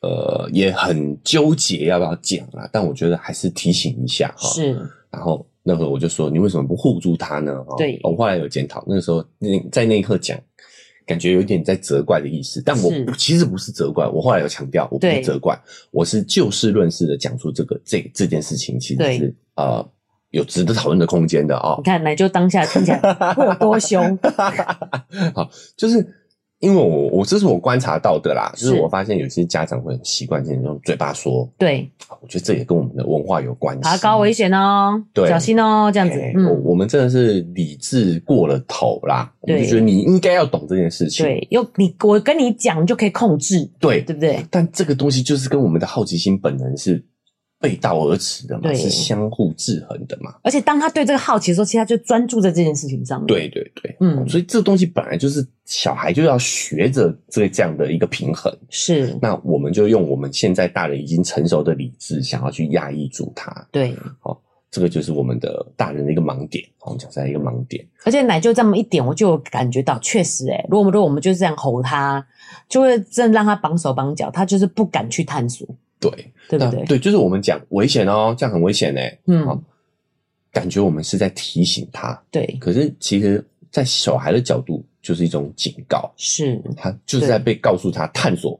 Speaker 2: 呃也很纠结要不要讲啊，但我觉得还是提醒一下哈。。
Speaker 1: 是，
Speaker 2: 然后那会我就说，你为什么不护住他呢？哦
Speaker 1: 对
Speaker 2: 我后来有检讨，那个时候那在那一刻讲，感觉有点在责怪的意思，但我
Speaker 1: 是
Speaker 2: 其实不是责怪，我后来有强调，我不
Speaker 1: 对
Speaker 2: 是责怪，我是就事论事的讲出这个这这件事情，其实
Speaker 1: 对
Speaker 2: 是呃有值得讨论的空间的啊、
Speaker 1: 你看奶就当下听起来
Speaker 2: 哦。
Speaker 1: 过多 凶，
Speaker 2: 好，就是因为我我这是我观察到的啦，就是
Speaker 1: 是
Speaker 2: 我发现有些家长会很习惯性用嘴巴说，
Speaker 1: 对，
Speaker 2: 我觉得这也跟我们的文化有关系。
Speaker 1: 爬高危险哦，
Speaker 2: 对
Speaker 1: 小心哦，这样子
Speaker 2: 哎，我
Speaker 1: 嗯，
Speaker 2: 我们真的是理智过了头啦，我们就
Speaker 1: 对
Speaker 2: 觉得你应该要懂这件事情，
Speaker 1: 对，又你我跟你讲就可以控制，
Speaker 2: 对
Speaker 1: 对不对？
Speaker 2: 但这个东西就是跟我们的好奇心本能是背道而驰的嘛，
Speaker 1: 对
Speaker 2: 是相互制衡的嘛，
Speaker 1: 而且当他对这个好奇的时候，其实他就专注在这件事情上面。，
Speaker 2: 对对对，
Speaker 1: 嗯，
Speaker 2: 所以这东西本来就是小孩就要学着这这样的一个平衡，
Speaker 1: 是，
Speaker 2: 那我们就用我们现在大人已经成熟的理智，想要去压抑住它，
Speaker 1: 对。
Speaker 2: 这个就是我们的大人的一个盲点，我们讲出来一个盲点，
Speaker 1: 而且奶就这么一点，我就有感觉到，确实、欸，如果我们如果我们就这样吼他，就会真的让他绑手绑脚，他就是不敢去探索，
Speaker 2: 对，
Speaker 1: 对不
Speaker 2: 那
Speaker 1: 对？
Speaker 2: 对，就是我们讲危险哦，这样很危险呢。好
Speaker 1: 嗯，
Speaker 2: 感觉我们是在提醒他，
Speaker 1: 对，
Speaker 2: 可是其实，在小孩的角度就是一种警告，
Speaker 1: 是
Speaker 2: 他就是在被告诉他探索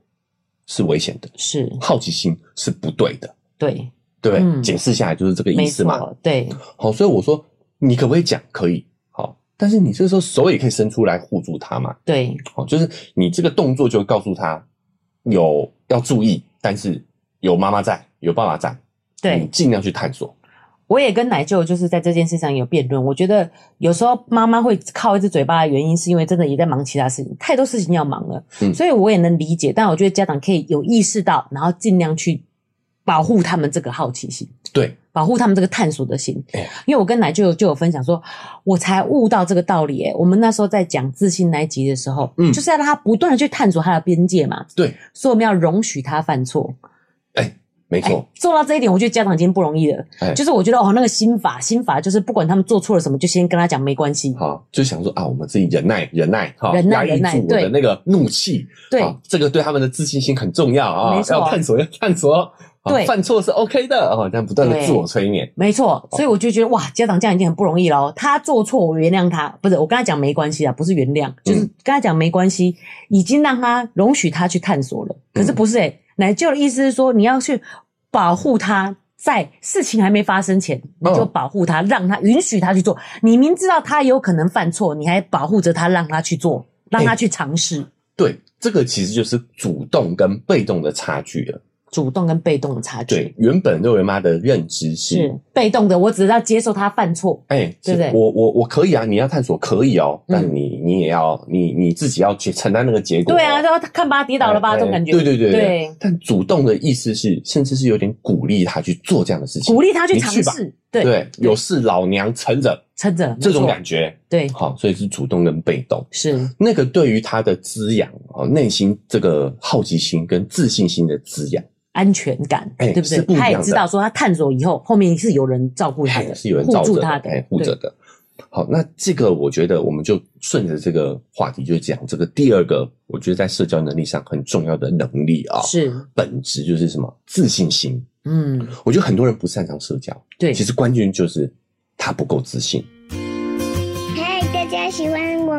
Speaker 2: 是危险的，
Speaker 1: 是，
Speaker 2: 好奇心是不对的，
Speaker 1: 对，
Speaker 2: 对不对？
Speaker 1: 嗯
Speaker 2: 解释下来就是这个意
Speaker 1: 没
Speaker 2: 思嘛。
Speaker 1: 错，对，
Speaker 2: 好，所以我说你可不可以讲？可以，好，但是你这时候手也可以伸出来护住他嘛。
Speaker 1: 对，
Speaker 2: 好，就是你这个动作就会告诉他有要注意，但是有妈妈在，有爸爸在，
Speaker 1: 对
Speaker 2: 你尽量去探索。
Speaker 1: 我也跟奶舅就是在这件事上有辩论。我觉得有时候妈妈会靠一只嘴巴的原因，是因为真的也在忙其他事情，太多事情要忙了。
Speaker 2: 嗯
Speaker 1: 所以我也能理解，但我觉得家长可以有意识到，然后尽量去保护他们这个好奇心。
Speaker 2: 对，
Speaker 1: 保护他们这个探索的心
Speaker 2: 哎呀，
Speaker 1: 因为我跟奶舅就有分享说，我才悟到这个道理、欸。我们那时候在讲自信那一集的时候，
Speaker 2: 嗯
Speaker 1: 就是要让他不断的去探索他的边界嘛，
Speaker 2: 对，
Speaker 1: 所以我们要容许他犯错。哎
Speaker 2: 没错。
Speaker 1: 做到这一点，我觉得家长已经不容易了。
Speaker 2: 哎
Speaker 1: 就是我觉得哦，那个心法，心法就是不管他们做错了什么，就先跟他讲没关系。
Speaker 2: 好，就想说啊，我们自己忍耐，忍耐，哈，
Speaker 1: 忍耐
Speaker 2: 压抑
Speaker 1: 忍耐
Speaker 2: 住我的
Speaker 1: 对
Speaker 2: 那个怒气，
Speaker 1: 对
Speaker 2: 啊这个对他们的自信心很重要啊
Speaker 1: 没，错
Speaker 2: 要探索，要探索，啊
Speaker 1: 对
Speaker 2: 犯错是 OK 的啊，但不断的
Speaker 1: 对
Speaker 2: 自我催眠，
Speaker 1: 没错，
Speaker 2: 哦
Speaker 1: 所以我就觉得哇，家长这样已经很不容易了哦。他做错，我原谅他，不是我跟他讲没关系啊，不是原
Speaker 2: 嗯
Speaker 1: 谅，就是跟他讲没关系，已经让他容许他去探索
Speaker 2: 嗯
Speaker 1: 了。可是不是诶、欸奶舅的意思是说，你要去保护他，在事情还没发生前，你就
Speaker 2: 嗯
Speaker 1: 保护他，让他允许他去做。你明知道他有可能犯错，你还保护着他，让他去做，让他
Speaker 2: 哎
Speaker 1: 去尝试。
Speaker 2: 对，这个其实就是主动跟被动的差距了。
Speaker 1: 主动跟被动的差距。
Speaker 2: 对，原本肉圆妈的认知是，
Speaker 1: 是被动的，我只是要接受他犯错。
Speaker 2: 哎，
Speaker 1: 对不
Speaker 2: 是
Speaker 1: 对
Speaker 2: 我我我可以啊，你要探索可以哦，
Speaker 1: 嗯
Speaker 2: 但你你也要你你自己要去承担那个结果哦。
Speaker 1: 对啊，就要看吧，跌倒了吧，
Speaker 2: 哎
Speaker 1: 这种感觉。
Speaker 2: 对对对
Speaker 1: 对，
Speaker 2: 但主动的意思是，甚至是有点鼓励他去做这样的事情，
Speaker 1: 鼓励他去
Speaker 2: 你
Speaker 1: 尝
Speaker 2: 吧
Speaker 1: 试。对，
Speaker 2: 对，有事老娘撑着，
Speaker 1: 撑着
Speaker 2: 这种
Speaker 1: 觉。
Speaker 2: 感觉。
Speaker 1: 对，
Speaker 2: 好，所以是主动跟被动。
Speaker 1: 是
Speaker 2: 那个对于他的滋养哦，内心这个好奇心跟自信心的滋养，
Speaker 1: 安全感，
Speaker 2: 哎
Speaker 1: 对不
Speaker 2: 是
Speaker 1: 对？
Speaker 2: 不一样
Speaker 1: 他
Speaker 2: 的
Speaker 1: 也知道说，他探索以后，后面是有人照顾他
Speaker 2: 还
Speaker 1: 的，
Speaker 2: 是有人
Speaker 1: 哎护
Speaker 2: 罩
Speaker 1: 住
Speaker 2: 着
Speaker 1: 他
Speaker 2: 的，
Speaker 1: 的
Speaker 2: 哎，护着
Speaker 1: 对。
Speaker 2: 的。好，那这个我觉得我们就顺着这个话题就讲这个第二个，我觉得在社交能力上很重要的能力啊、
Speaker 1: 是，
Speaker 2: 本质就是什么？自信心。
Speaker 1: 嗯，
Speaker 2: 我觉得很多人不擅长社交，
Speaker 1: 对
Speaker 2: 其，实关键就是他不够自信。
Speaker 3: 嗨，大家喜欢我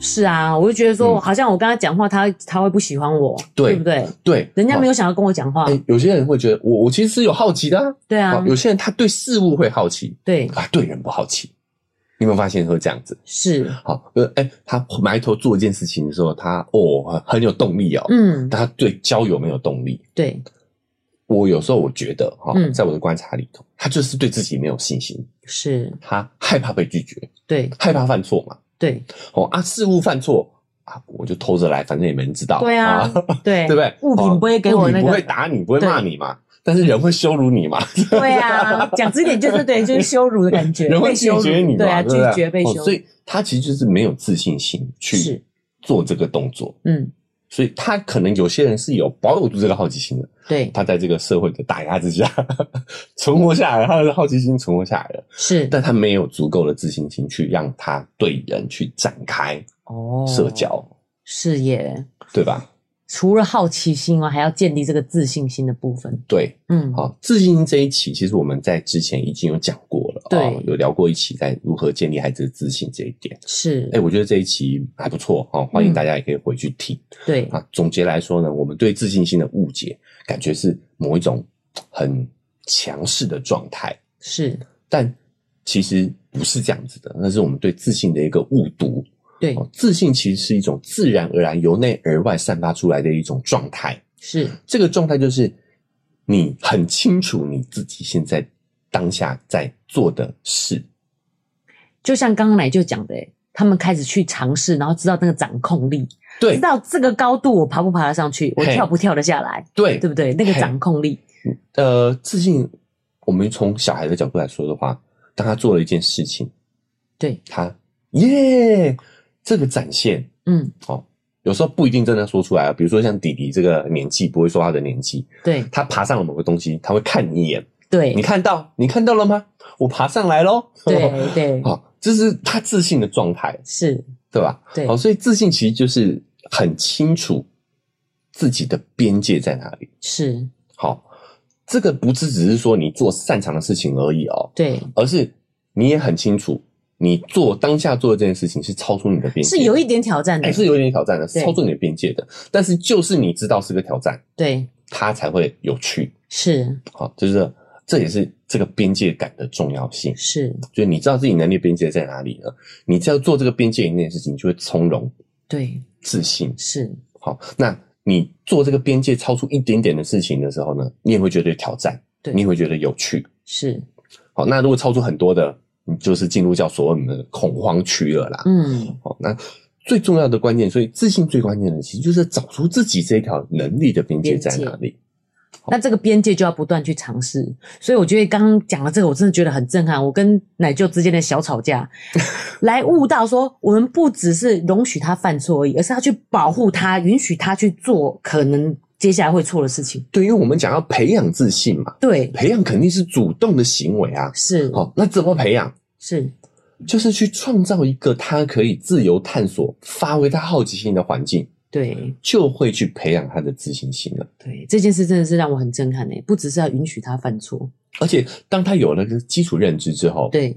Speaker 1: 是啊，我就觉得说，
Speaker 2: 嗯
Speaker 1: 好像我跟他讲话，他他会不喜欢我，
Speaker 2: 对
Speaker 1: 不对？
Speaker 2: 对，
Speaker 1: 人家没
Speaker 2: 有。
Speaker 1: 有想要跟我讲话
Speaker 2: 哎、，有些人会觉得我我其实是有好奇的啊、
Speaker 1: 对啊
Speaker 2: 好，有些人他对事物会好奇
Speaker 1: 对，
Speaker 2: 啊，对人不好奇。你有没有发现会这样子？
Speaker 1: 是，
Speaker 2: 好，呃，哎、他埋头做一件事情的时候，他哦很有动力哦，
Speaker 1: 嗯，
Speaker 2: 但他对交友没有动力。
Speaker 1: 对，
Speaker 2: 我有时候我觉得哈、
Speaker 1: 嗯
Speaker 2: 在我的观察里头，他就是对自己没有信心，
Speaker 1: 是
Speaker 2: 他害怕被拒绝，
Speaker 1: 对
Speaker 2: 害怕犯错嘛。
Speaker 1: 对
Speaker 2: 哦啊，事物犯错啊，我就偷着来，反正也没人知道。
Speaker 1: 对啊对
Speaker 2: 对不对？
Speaker 1: 物品不会给
Speaker 2: 哦
Speaker 1: 我
Speaker 2: 物品
Speaker 1: 那
Speaker 2: 不会
Speaker 1: 个，
Speaker 2: 打你，不会骂你嘛，但是人会羞辱你嘛，
Speaker 1: 对啊，讲这点就是对，就是羞辱的感觉，
Speaker 2: 人会
Speaker 1: 被
Speaker 2: 拒
Speaker 1: 羞辱
Speaker 2: 绝你嘛，
Speaker 1: 对啊，
Speaker 2: 不
Speaker 1: 拒绝被
Speaker 2: 哦
Speaker 1: 羞辱，
Speaker 2: 所以他其实就是没有自信心去
Speaker 1: 是
Speaker 2: 做这个动作，
Speaker 1: 嗯，
Speaker 2: 所以他可能有些人是有保有住这个好奇心的，
Speaker 1: 对，
Speaker 2: 他在这个社会的打压之下 存活下来，他的好奇心存活下来了，
Speaker 1: 是
Speaker 2: 但他没有足够的自信心去让他对人去展开
Speaker 1: 哦，
Speaker 2: 社交，
Speaker 1: 是耶。
Speaker 2: 对吧？
Speaker 1: 除了好奇心哦外，还要建立这个自信心的部分。
Speaker 2: 对，
Speaker 1: 嗯，
Speaker 2: 好，自信心这一期，其实我们在之前已经有讲过了，
Speaker 1: 对
Speaker 2: 哦有聊过一期在如何建立孩子的自信这一点。
Speaker 1: 是，
Speaker 2: 哎，我觉得这一期还不错哦，欢迎大家也可以回去听、
Speaker 1: 对，
Speaker 2: 啊。总结来说呢，我们对自信心的误解，感觉是某一种很强势的状态，
Speaker 1: 是，
Speaker 2: 但其实不是这样子的，那是我们对自信的一个误读。
Speaker 1: 对，
Speaker 2: 哦，自信其实是一种自然而然由内而外散发出来的一种状态。
Speaker 1: 是，
Speaker 2: 这个状态就是你很清楚你自己现在当下在做的事，
Speaker 1: 就像刚刚奶就讲的、欸，他们开始去尝试，然后知道那个掌控力，
Speaker 2: 对
Speaker 1: 知道这个高度我爬不爬得上去，我
Speaker 2: 嘿
Speaker 1: 跳不跳得下来，
Speaker 2: 对
Speaker 1: 对不对？那个
Speaker 2: 嘿
Speaker 1: 掌控力，
Speaker 2: 呃，自信，我们从小孩的角度来说的话，当他做了一件事情，
Speaker 1: 对，
Speaker 2: 他耶这个展现
Speaker 1: 嗯，
Speaker 2: 哦，有时候不一定真的说出来啊。比如说像弟弟这个年纪，不会说他的年纪，
Speaker 1: 对，
Speaker 2: 他爬上了某个东西，他会看你一眼，
Speaker 1: 对
Speaker 2: 你，看到你看到了吗？我爬上来喽。
Speaker 1: 对，对，
Speaker 2: 哦，这是他自信的状态，
Speaker 1: 是，
Speaker 2: 对吧？
Speaker 1: 对
Speaker 2: 哦，，所以自信其实就是很清楚自己的边界在哪里。
Speaker 1: 是，
Speaker 2: 好，这个不是只是说你做擅长的事情而已哦，
Speaker 1: 对，
Speaker 2: 而是你也很清楚，你做当下做的这件事情是超出你的边界
Speaker 1: 是
Speaker 2: 的，
Speaker 1: 有一点挑战的
Speaker 2: 哎，，是有一点挑战的，是
Speaker 1: 对
Speaker 2: 超出你的边界的。但是就是你知道是个挑战，
Speaker 1: 对，
Speaker 2: 它才会有趣。
Speaker 1: 是，
Speaker 2: 好，就是这也是这个边界感的重要性。
Speaker 1: 是，
Speaker 2: 就是你知道自己能力边界在哪里呢？你只要做这个边界以内的事情，你就会从容、
Speaker 1: 对，
Speaker 2: 自信，
Speaker 1: 是，
Speaker 2: 好，那你做这个边界超出一点点的事情的时候呢，你也会觉得有挑战，
Speaker 1: 对
Speaker 2: 你也会觉得有趣。
Speaker 1: 是，
Speaker 2: 好，那如果超出很多的，你就是进入叫所谓的恐慌区了啦。
Speaker 1: 嗯，
Speaker 2: 好，那最重要的关键，所以自信最关键的，其实就是找出自己这条能力的边界在哪里。
Speaker 1: 那这个边界就要不断去尝试。所以我觉得刚刚讲的这个，我真的觉得很震撼。我跟奶舅之间的小吵 架，来悟到说，我们不只是容许他犯错而已，而是要去保护他，允许他去做可能接下来会错的事情。
Speaker 2: 对，因为我们讲要培养自信嘛，
Speaker 1: 对，
Speaker 2: 培养肯定是主动的行为啊。
Speaker 1: 是
Speaker 2: 好，那怎么培养？
Speaker 1: 是，
Speaker 2: 就是去创造一个他可以自由探索、发挥他好奇心的环境，
Speaker 1: 对
Speaker 2: 就会去培养他的自信心了。
Speaker 1: 对，这件事真的是让我很震撼诶、不只是要允许他犯错，
Speaker 2: 而且当他有了这个基础认知之后，，
Speaker 1: 对，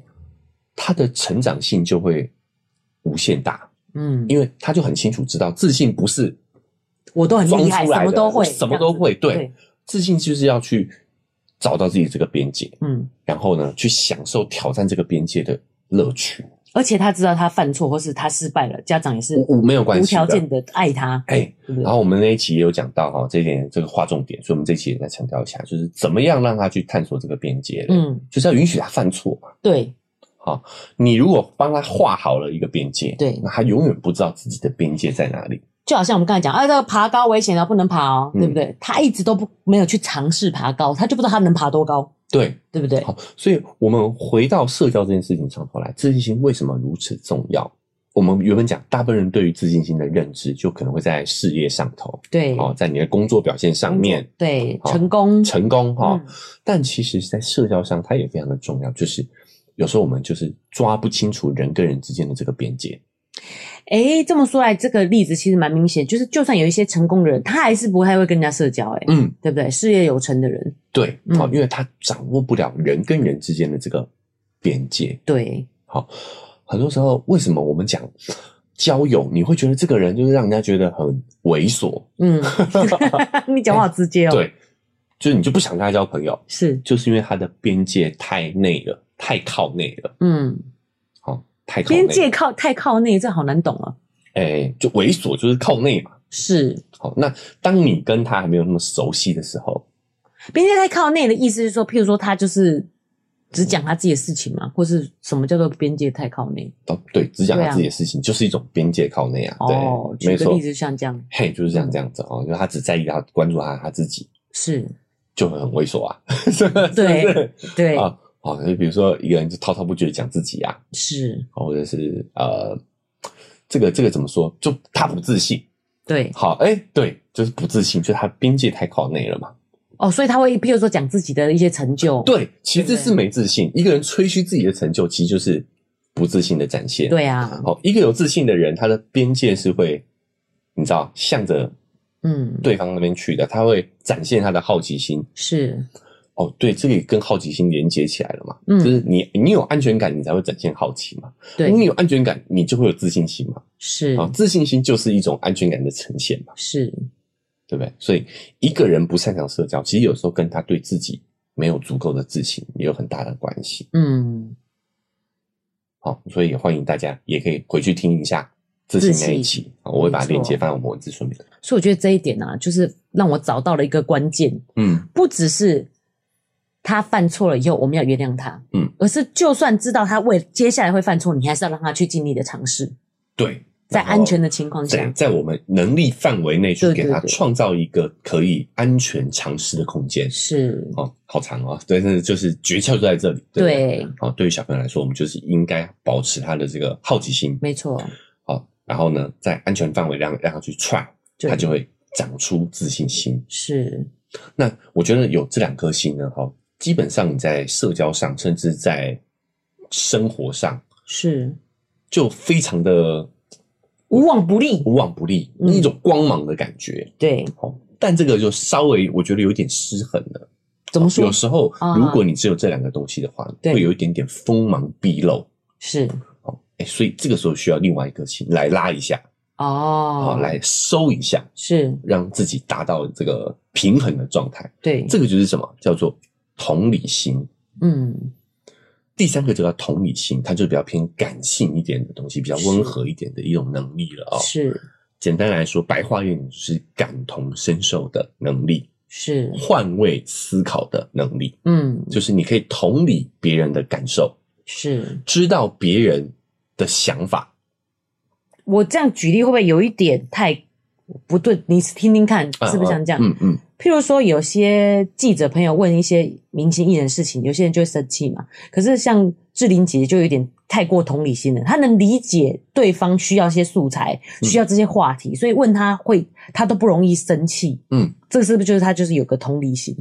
Speaker 2: 他的成长性就会无限大，
Speaker 1: 嗯，
Speaker 2: 因为他就很清楚知道自信不是
Speaker 1: 我都很
Speaker 2: 装
Speaker 1: 厉害，
Speaker 2: 出
Speaker 1: 什
Speaker 2: 来
Speaker 1: 么
Speaker 2: 的，
Speaker 1: 都会，
Speaker 2: 什么都会，
Speaker 1: 这样
Speaker 2: 对，
Speaker 1: 子，
Speaker 2: 自信就是要去找到自己这个边界，
Speaker 1: 嗯。
Speaker 2: 然后呢，去享受挑战这个边界的乐趣，
Speaker 1: 而且他知道他犯错或是他失败了，家长也是
Speaker 2: 无无没有关
Speaker 1: 无
Speaker 2: 系
Speaker 1: 条件
Speaker 2: 的。
Speaker 1: 的爱他，
Speaker 2: 哎、
Speaker 1: 对不
Speaker 2: 然
Speaker 1: 对？
Speaker 2: 后我们那一期也有讲到哈，这一点这个划重点，所以我们这一期也再强调一下，就是怎么样让他去探索这个边界的，
Speaker 1: 嗯，
Speaker 2: 就是要允许他犯错嘛。
Speaker 1: 对，
Speaker 2: 好，你如果帮他画好了一个边界，
Speaker 1: 对
Speaker 2: 那他永远不知道自己的边界在哪里。
Speaker 1: 就好像我们刚才讲，啊，这个爬高危险啊，不能爬哦，
Speaker 2: 嗯
Speaker 1: 对不对？他一直都不没有去尝试爬高，他就不知道他能爬多高，
Speaker 2: 对，
Speaker 1: 对不对？
Speaker 2: 好，所以我们回到社交这件事情上头来，自信心为什么如此重要？我们原本讲，大部分人对于自信心的认知，就可能会在事业上头，
Speaker 1: 对，
Speaker 2: 哦，在你的工作表现上面
Speaker 1: 对，
Speaker 2: 好
Speaker 1: 成功，
Speaker 2: 成功哈、
Speaker 1: 嗯
Speaker 2: 但其实，在社交上，它也非常的重要，就是有时候我们就是抓不清楚人跟人之间的这个边界。
Speaker 1: 诶，这么说来，这个例子其实蛮明显，就是就算有一些成功的人，他还是不太会跟人家社交，诶，
Speaker 2: 嗯，
Speaker 1: 对不对？事业有成的人，
Speaker 2: 对，
Speaker 1: 嗯
Speaker 2: 好、因为他掌握不了人跟人之间的这个边界。
Speaker 1: 对，
Speaker 2: 很多时候，为什么我们讲交友，你会觉得这个人就是让人家觉得很猥琐？
Speaker 1: 嗯， 你讲话好直接哦，，
Speaker 2: 哎对，就是你就不想跟他交朋友，
Speaker 1: 是，
Speaker 2: 就是因为他的边界太内了，太靠内了，
Speaker 1: 嗯，
Speaker 2: 好、太靠内
Speaker 1: 边
Speaker 2: 了。
Speaker 1: 界靠太靠内，这好难懂哦，
Speaker 2: 哎、就猥琐就是靠内嘛。
Speaker 1: 是，
Speaker 2: 好，那当你跟他还没有那么熟悉的时候，
Speaker 1: 边界太靠内的意思是说，譬如说他就是只讲他自己的事
Speaker 2: 嗯
Speaker 1: 情嘛，或是什么叫做边界太靠内？
Speaker 2: 哦，对，只讲
Speaker 1: 对
Speaker 2: 他
Speaker 1: 啊
Speaker 2: 自己的事情，就是一种边界靠内啊。
Speaker 1: 哦，
Speaker 2: 对，
Speaker 1: 举
Speaker 2: 没
Speaker 1: 个
Speaker 2: 错
Speaker 1: 例。子，像这样嗯
Speaker 2: 嘿，就是这样这样子哦，就是他只在意他关注他他自己，
Speaker 1: 是，
Speaker 2: 就很猥琐啊。 是不是
Speaker 1: 对对，
Speaker 2: 啊，好、就比如说一个人就滔滔不绝地讲自己啊，
Speaker 1: 是，
Speaker 2: 或者是呃，这个这个怎么说？就他不自信。
Speaker 1: 对，
Speaker 2: 好，哎、对，就是不自信，就是他边界太靠内了嘛。
Speaker 1: 哦，所以他会譬如说讲自己的一些成就，
Speaker 2: 对，其实
Speaker 1: 对
Speaker 2: 这是没自信。一个人吹嘘自己的成就，其实就是不自信的展现。
Speaker 1: 对啊，
Speaker 2: 好，哦一个有自信的人，他的边界是会，你知道，向着
Speaker 1: 嗯，
Speaker 2: 对方那边去的，他会展现他的好奇心。
Speaker 1: 是，
Speaker 2: 哦，对，这个也跟好奇心连接起来了嘛，
Speaker 1: 嗯
Speaker 2: 就是你你有安全感，你才会展现好奇嘛。
Speaker 1: 对，
Speaker 2: 你有安全感，你就会有自信心嘛。
Speaker 1: 是
Speaker 2: 啊，自信心就是一种安全感的呈现嘛，
Speaker 1: 是，
Speaker 2: 对不对？所以一个人不擅长社交，其实有时候跟他对自己没有足够的自信也有很大的关系。
Speaker 1: 嗯，
Speaker 2: 好、所以也欢迎大家也可以回去听一下自信那一期，啊我会把
Speaker 1: 没错
Speaker 2: 链接放到我们文字说明。
Speaker 1: 所以我觉得这一点啊，就是让我找到了一个关键，
Speaker 2: 嗯，
Speaker 1: 不只是他犯错了以后我们要原谅他，
Speaker 2: 嗯，
Speaker 1: 而是就算知道他为接下来会犯错，你还是要让他去尽力的尝试，
Speaker 2: 对，
Speaker 1: 在
Speaker 2: 然后
Speaker 1: 安全的情况
Speaker 2: 在
Speaker 1: 下，
Speaker 2: 在我们能力范围内去
Speaker 1: 对
Speaker 2: 给
Speaker 1: 对
Speaker 2: 他
Speaker 1: 对
Speaker 2: 创造一个可以安全尝试的空间。
Speaker 1: 是，
Speaker 2: 哦，好长哦，对，但是就是诀窍就在这里。对不对，
Speaker 1: 对，
Speaker 2: 好、对于小朋友来说，我们就是应该保持他的这个好奇心，
Speaker 1: 没错，
Speaker 2: 好、然后呢，在安全范围让让他去 try，
Speaker 1: 对
Speaker 2: 他就会长出自信心。
Speaker 1: 是，
Speaker 2: 那我觉得有这两颗心呢，哈、基本上你在社交上，甚至在生活上，
Speaker 1: 是，
Speaker 2: 就非常的
Speaker 1: 无往不利，
Speaker 2: 无往不利，
Speaker 1: 嗯
Speaker 2: 一种光芒的感觉。
Speaker 1: 对，
Speaker 2: 哦，但这个就稍微我觉得有点失衡了。
Speaker 1: 怎么说
Speaker 2: 有？时候
Speaker 1: 啊
Speaker 2: 如果你只有这两个东西的话，
Speaker 1: 对
Speaker 2: 会有一点点锋芒毕露。
Speaker 1: 是，
Speaker 2: 哦，哎，所以这个时候需要另外一颗心来拉一下，
Speaker 1: 哦
Speaker 2: 哦，，来收一下，
Speaker 1: 是，
Speaker 2: 让自己达到这个平衡的状态。
Speaker 1: 对，
Speaker 2: 这个就是什么？叫做同理心。
Speaker 1: 嗯，
Speaker 2: 第三个就叫同理心，它就比较偏感性一点的东西，比较温
Speaker 1: 是
Speaker 2: 和一点的一种能力了哦。
Speaker 1: 是，
Speaker 2: 简单来说，白话一点就是感同身受的能力，
Speaker 1: 是，
Speaker 2: 换位思考的能力，
Speaker 1: 嗯，
Speaker 2: 就是你可以同理别人的感受，
Speaker 1: 是。
Speaker 2: 知道别人的想法。
Speaker 1: 我这样举例会不会有一点太不对？你听听看，是不是像这样？
Speaker 2: 嗯嗯，
Speaker 1: 譬如说，有些记者朋友问一些明星艺人事情，有些人就会生气嘛。可是像志玲姐姐就有点太过同理心了，她能理解对方需要一些素材，
Speaker 2: 嗯
Speaker 1: 需要这些话题，所以问她会，她都不容易生气。
Speaker 2: 嗯，
Speaker 1: 这个是不是就是她就是有个同理心？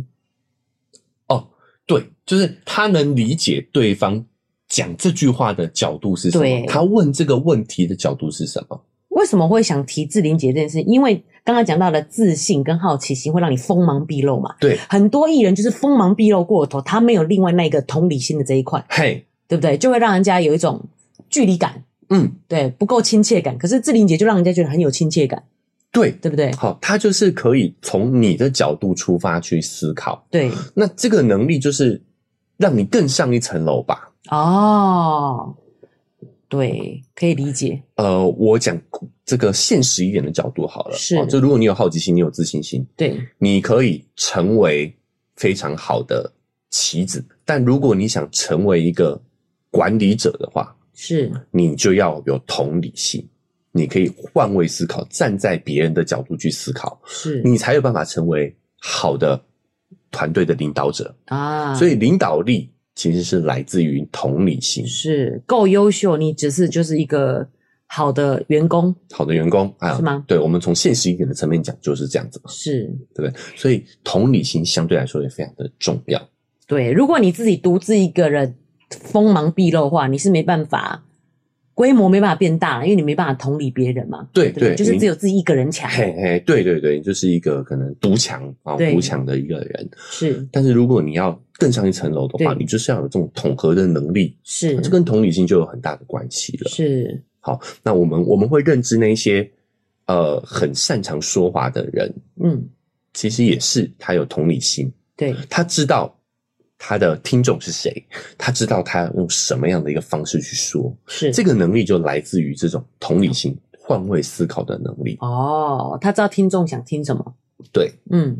Speaker 2: 哦，对，就是他能理解对方讲这句话的角度是什
Speaker 1: 对
Speaker 2: 么，他问这个问题的角度是什么。
Speaker 1: 为什么会想提志玲姐这件事？因为刚刚讲到了自信跟好奇心会让你锋芒毕露嘛。
Speaker 2: 对，
Speaker 1: 很多艺人就是锋芒毕露过头，他没有另外那个同理心的这一块，
Speaker 2: 嘿，
Speaker 1: 对不对？就会让人家有一种距离感，
Speaker 2: 嗯，
Speaker 1: 对，不够亲切感。可是志玲姐就让人家觉得很有亲切感，
Speaker 2: 对，
Speaker 1: 对不对？
Speaker 2: 好，他就是可以从你的角度出发去思考，
Speaker 1: 对，
Speaker 2: 那这个能力就是让你更上一层楼吧。
Speaker 1: 哦，对，可以理解，
Speaker 2: 呃，我讲这个现实一点的角度好了，
Speaker 1: 是
Speaker 2: 哦就如果你有好奇心，你有自信心，
Speaker 1: 对，
Speaker 2: 你可以成为非常好的棋子，但如果你想成为一个管理者的话，
Speaker 1: 是，
Speaker 2: 你就要有同理心，你可以换位思考，站在别人的角度去思考，
Speaker 1: 是
Speaker 2: 你才有办法成为好的团队的领导者。
Speaker 1: 啊，
Speaker 2: 所以，领导力其实是来自于同理心。
Speaker 1: 是够优秀，你只是就是一个好的员工，
Speaker 2: 好的员工啊，
Speaker 1: 是吗
Speaker 2: 对，我们从现实一点的层面讲，就是这样子嘛。
Speaker 1: 是
Speaker 2: 对不对？所以同理心相对来说也非常的重要。
Speaker 1: 对。如果你自己独自一个人锋芒毕露的话，你是没办法。规模没办法变大，因为你没办法同理别人嘛。
Speaker 2: 对
Speaker 1: 对不对，就是
Speaker 2: 你
Speaker 1: 只有自己一个人强。
Speaker 2: 嘿嘿，对对对，就是一个可能独强啊，
Speaker 1: 对
Speaker 2: 独强的一个人。
Speaker 1: 是
Speaker 2: 但是如果你要更上一层楼的话，
Speaker 1: 对
Speaker 2: 你就是要有这种统合的能力，
Speaker 1: 是，
Speaker 2: 这跟同理心就有很大的关系了。
Speaker 1: 是
Speaker 2: 那我们我们会认知那一些呃很擅长说话的人，
Speaker 1: 嗯，
Speaker 2: 其实也是他有同理心，
Speaker 1: 对，
Speaker 2: 他知道。他的听众是谁？他知道他用什么样的一个方式去说，
Speaker 1: 是
Speaker 2: 这个能力就来自于这种同理心、换位思考的能力。
Speaker 1: 哦，他知道听众想听什么，
Speaker 2: 对，
Speaker 1: 嗯，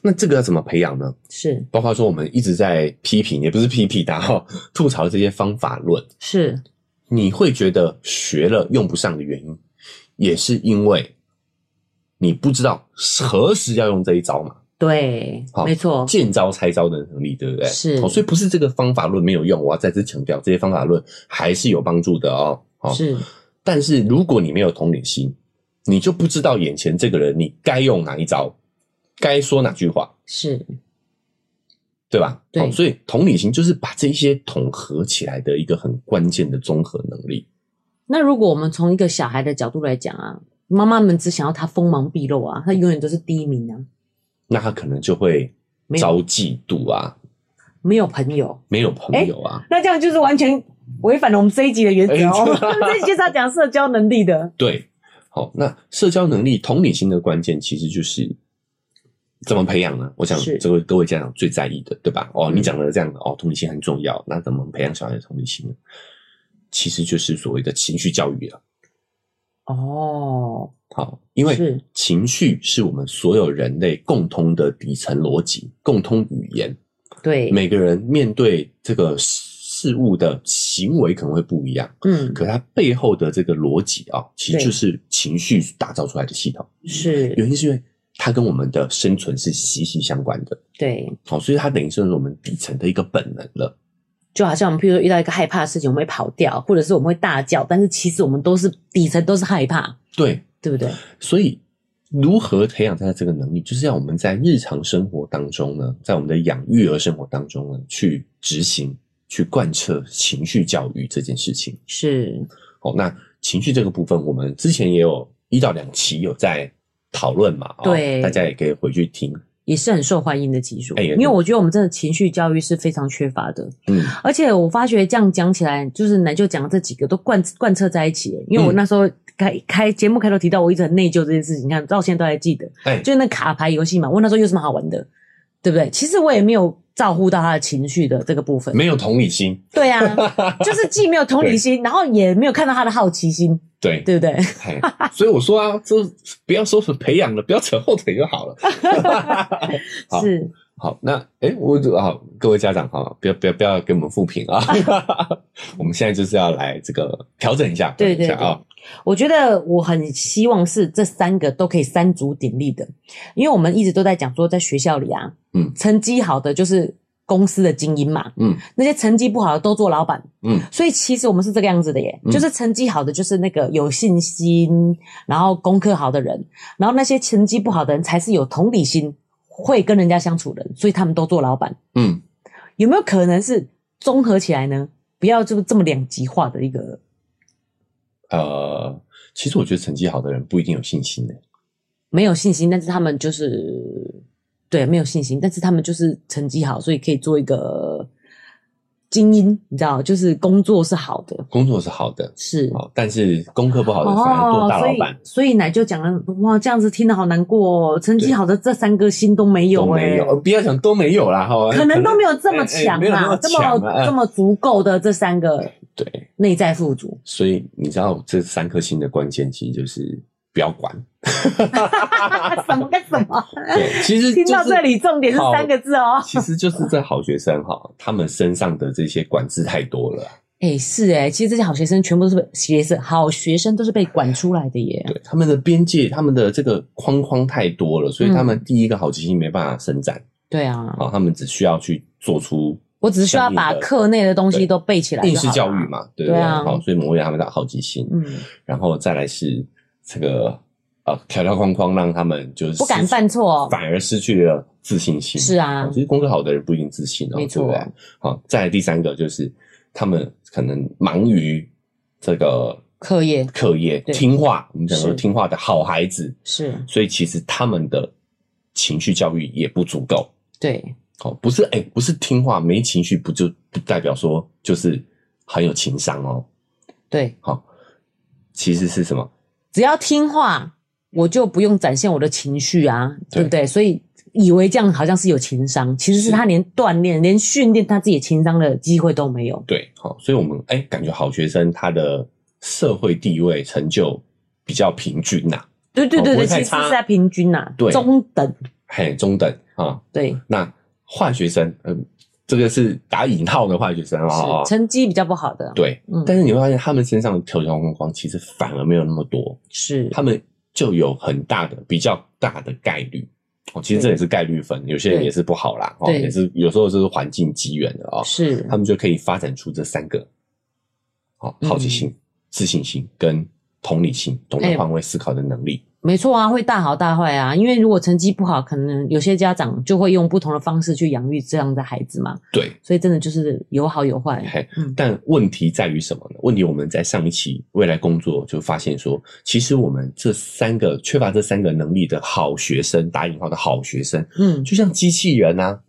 Speaker 2: 那这个要怎么培养呢？
Speaker 1: 是
Speaker 2: 包括说我们一直在批评，也不是批评的哈， 吐槽这些方法论，
Speaker 1: 是，
Speaker 2: 你会觉得学了用不上的原因，也是因为你不知道何时要用这一招嘛。
Speaker 1: 对
Speaker 2: 好，
Speaker 1: 没错，
Speaker 2: 见招拆招的能力，对不对？
Speaker 1: 是
Speaker 2: 哦，所以不是这个方法论没有用，我要再次强调，这些方法论还是有帮助的哦。哦，
Speaker 1: 是
Speaker 2: 但是如果你没有同理心，你就不知道眼前这个人你该用哪一招，该说哪句话，
Speaker 1: 是，
Speaker 2: 对吧？
Speaker 1: 对
Speaker 2: 哦所以同理心就是把这些统合起来的一个很关键的综合能力。
Speaker 1: 那如果我们从一个小孩的角度来讲啊，妈妈们只想要他锋芒毕露啊，他永远都是第一名啊，
Speaker 2: 那他可能就会
Speaker 1: 没有
Speaker 2: 遭嫉妒啊，
Speaker 1: 没有朋友。
Speaker 2: 没有朋友啊，
Speaker 1: 那这样就是完全违反了我们这一集的原则哦。
Speaker 2: 哎
Speaker 1: 这一集就是要讲社交能力的，
Speaker 2: 对。好，那社交能力、同理心的关键其实就是怎么培养呢？我想
Speaker 1: 是
Speaker 2: 这位各位家长最在意的，对吧？哦，
Speaker 1: 嗯
Speaker 2: 你讲的这样的哦，同理心很重要。那怎么培养小孩的同理心呢？其实就是所谓的情绪教育了。
Speaker 1: 哦，
Speaker 2: 好，因为
Speaker 1: 是
Speaker 2: 情绪是我们所有人类共通的底层逻辑、共通语言。
Speaker 1: 对，
Speaker 2: 每个人面对这个事物的行为可能会不一样，
Speaker 1: 嗯，
Speaker 2: 可它背后的这个逻辑啊，其实
Speaker 1: 对
Speaker 2: 就是情绪打造出来的系统。
Speaker 1: 是，
Speaker 2: 原因是因为它跟我们的生存是息息相关的，
Speaker 1: 对，
Speaker 2: 好、所以它等于是我们底层的一个本能了。
Speaker 1: 就好像我们譬如说遇到一个害怕的事情，我们会跑掉，或者是我们会大叫，但是其实我们都是底层都是害怕，
Speaker 2: 对，
Speaker 1: 对不对？
Speaker 2: 所以如何培养他的这个能力，就是要我们在日常生活当中呢，在我们的养育儿生活当中呢，去执行、去贯彻情绪教育这件事情。
Speaker 1: 是，
Speaker 2: 哦，那情绪这个部分，我们之前也有一到两期有在讨论嘛，哦、
Speaker 1: 对
Speaker 2: 大家也可以回去听。
Speaker 1: 也是很受欢迎的技术，
Speaker 2: 哎呀
Speaker 1: 因为我觉得我们真的情绪教育是非常缺乏的。
Speaker 2: 嗯，
Speaker 1: 而且我发觉这样讲起来，就是奶就讲的这几个都贯贯彻在一起，因为我
Speaker 2: 嗯
Speaker 1: 那时候开开节目开头提到，我一直很内疚这件事情，你看到现在都还记得，
Speaker 2: 哎，
Speaker 1: 就是那卡牌游戏嘛，我那时候有什么好玩的，对不对？其实我也没有照顾到他的情绪的这个部分，
Speaker 2: 没有同理心，
Speaker 1: 对 啊，就是既没有同理心，然后也没有看到他的好奇心，
Speaker 2: 对
Speaker 1: 对不对？
Speaker 2: 哎，所以我说啊，这不要说是培养了，不要扯后腿就好了。好
Speaker 1: 是
Speaker 2: 好，那哎，诶我就啊，各位家长哈，不要不要不要给我们负评啊， 我们现在就是要来这个调整一下，
Speaker 1: 对
Speaker 2: 调整一下啊，
Speaker 1: 我觉得我很希望是这三个都可以三足鼎立的，因为我们一直都在讲说，在学校里啊，
Speaker 2: 嗯
Speaker 1: 成绩好的就是公司的精英嘛，
Speaker 2: 嗯
Speaker 1: 那些成绩不好的都做老板，
Speaker 2: 嗯，
Speaker 1: 所以其实我们是这个样子的耶，
Speaker 2: 嗯
Speaker 1: 就是成绩好的就是那个有信心，然后功课好的人，然后那些成绩不好的人才是有同理心，会跟人家相处的人，所以他们都做老板。
Speaker 2: 嗯，
Speaker 1: 有没有可能是综合起来呢？不要就这么两极化的一个
Speaker 2: 呃，其实我觉得成绩好的人不一定有信心的，
Speaker 1: 没有信心，但是他们就是对没有信心，但是他们就是成绩好，所以可以做一个精英，你知道，就是工作是好的，
Speaker 2: 工作是好的，
Speaker 1: 是
Speaker 2: 哦，但是功课不好哦的反而做大老板。
Speaker 1: 哦、所以所以奶就讲了，哇，这样子听得好难过、哦，成绩好的这三颗星都没有
Speaker 2: 都
Speaker 1: 哎、
Speaker 2: 没有，呃不要讲都没有啦，哈，
Speaker 1: 可能都没有这么
Speaker 2: 哎哎
Speaker 1: 强
Speaker 2: 没有那
Speaker 1: 啊，
Speaker 2: 么
Speaker 1: 这
Speaker 2: 强
Speaker 1: 么、
Speaker 2: 啊哎
Speaker 1: 这么足够的这三个
Speaker 2: 对，
Speaker 1: 内在富 足，
Speaker 2: 所以你知道这三颗星的关键其实就是不要 管，
Speaker 1: 什么跟什么？
Speaker 2: 对，其实
Speaker 1: 听
Speaker 2: 就
Speaker 1: 到
Speaker 2: 是
Speaker 1: 这里，重点是三个字哦。
Speaker 2: 其实就是这好学生哈，他们身上的这些管制太多了，啊
Speaker 1: 哎、是哎、其实这些好学生全部都是被学生，好学生都是被管出来的耶。
Speaker 2: 对他们的边界，他们的这个框框太多了，所以他
Speaker 1: 嗯
Speaker 2: 们第一个好奇心没办法伸展
Speaker 1: 对啊，
Speaker 2: 啊，他们只需要去做出
Speaker 1: 我只需要把课内的东西都背起来。
Speaker 2: 应试教育。嘛，对不对？
Speaker 1: 对啊
Speaker 2: 好，所以磨练他们的好奇心，
Speaker 1: 嗯，
Speaker 2: 然后再来是这个呃条条框框，让他们就是
Speaker 1: 不敢
Speaker 2: 失去
Speaker 1: 犯错哦
Speaker 2: 反而失去了自信心。
Speaker 1: 是啊
Speaker 2: 哦其实功课好的人不一定自信哦，
Speaker 1: 没错
Speaker 2: 对不对？好，再来第三个就是他们可能忙于这个
Speaker 1: 课业
Speaker 2: 课业
Speaker 1: 对
Speaker 2: 听话，我们讲说
Speaker 1: 是
Speaker 2: 听话的好孩子，
Speaker 1: 是
Speaker 2: 所以其实他们的情绪教育也不足够。
Speaker 1: 对，
Speaker 2: 哦，不是，哎、不是听话没情绪，不就不代表说就是很有情商哦。
Speaker 1: 对，
Speaker 2: 好、其实是什么？
Speaker 1: 只要听话，我就不用展现我的情绪啊，
Speaker 2: 对
Speaker 1: 对不对？所以以为这样好像是有情商，其实是
Speaker 2: 是
Speaker 1: 他连锻炼、连训练他自己情商的机会都没有。
Speaker 2: 对，好、所以我们哎、感觉好学生他的社会地位成就比较平均呐、
Speaker 1: 对对
Speaker 2: 哦
Speaker 1: 对
Speaker 2: 不
Speaker 1: 对，
Speaker 2: 会
Speaker 1: 其
Speaker 2: 太
Speaker 1: 实
Speaker 2: 差
Speaker 1: 是在平均呐、
Speaker 2: 对
Speaker 1: 中等，
Speaker 2: 嘿，中等啊、
Speaker 1: 对，
Speaker 2: 那坏学生，嗯、这个是打引号的坏学生啊、哦
Speaker 1: 是成绩比较不好的，，
Speaker 2: 对，
Speaker 1: 嗯，
Speaker 2: 但是你会发现他们身上的条条框框其实反而没有那么多，
Speaker 1: 是
Speaker 2: 他们就有很大的、比较大的概率。哦，其实这也是概率分，有些人
Speaker 1: 对
Speaker 2: 也是不好啦，哦，
Speaker 1: 对
Speaker 2: 也是有时候就是环境机缘的哦，
Speaker 1: 是
Speaker 2: 他们就可以发展出这三个，哦，
Speaker 1: 嗯
Speaker 2: 好奇心、自信心跟同理心，懂得
Speaker 1: 哎
Speaker 2: 换位思考的能力。
Speaker 1: 没错啊，会大好大坏啊，因为如果成绩不好，可能有些家长就会用不同的方式去养育这样的孩子嘛，
Speaker 2: 对，
Speaker 1: 所以真的就是有好有坏，
Speaker 2: 嘿，
Speaker 1: 嗯，
Speaker 2: 但问题在于什么呢？问题我们在上一期未来工作就发现说，其实我们这三个缺乏这三个能力的好学生（打引号的好学生），
Speaker 1: 嗯，
Speaker 2: 就像机器人啊。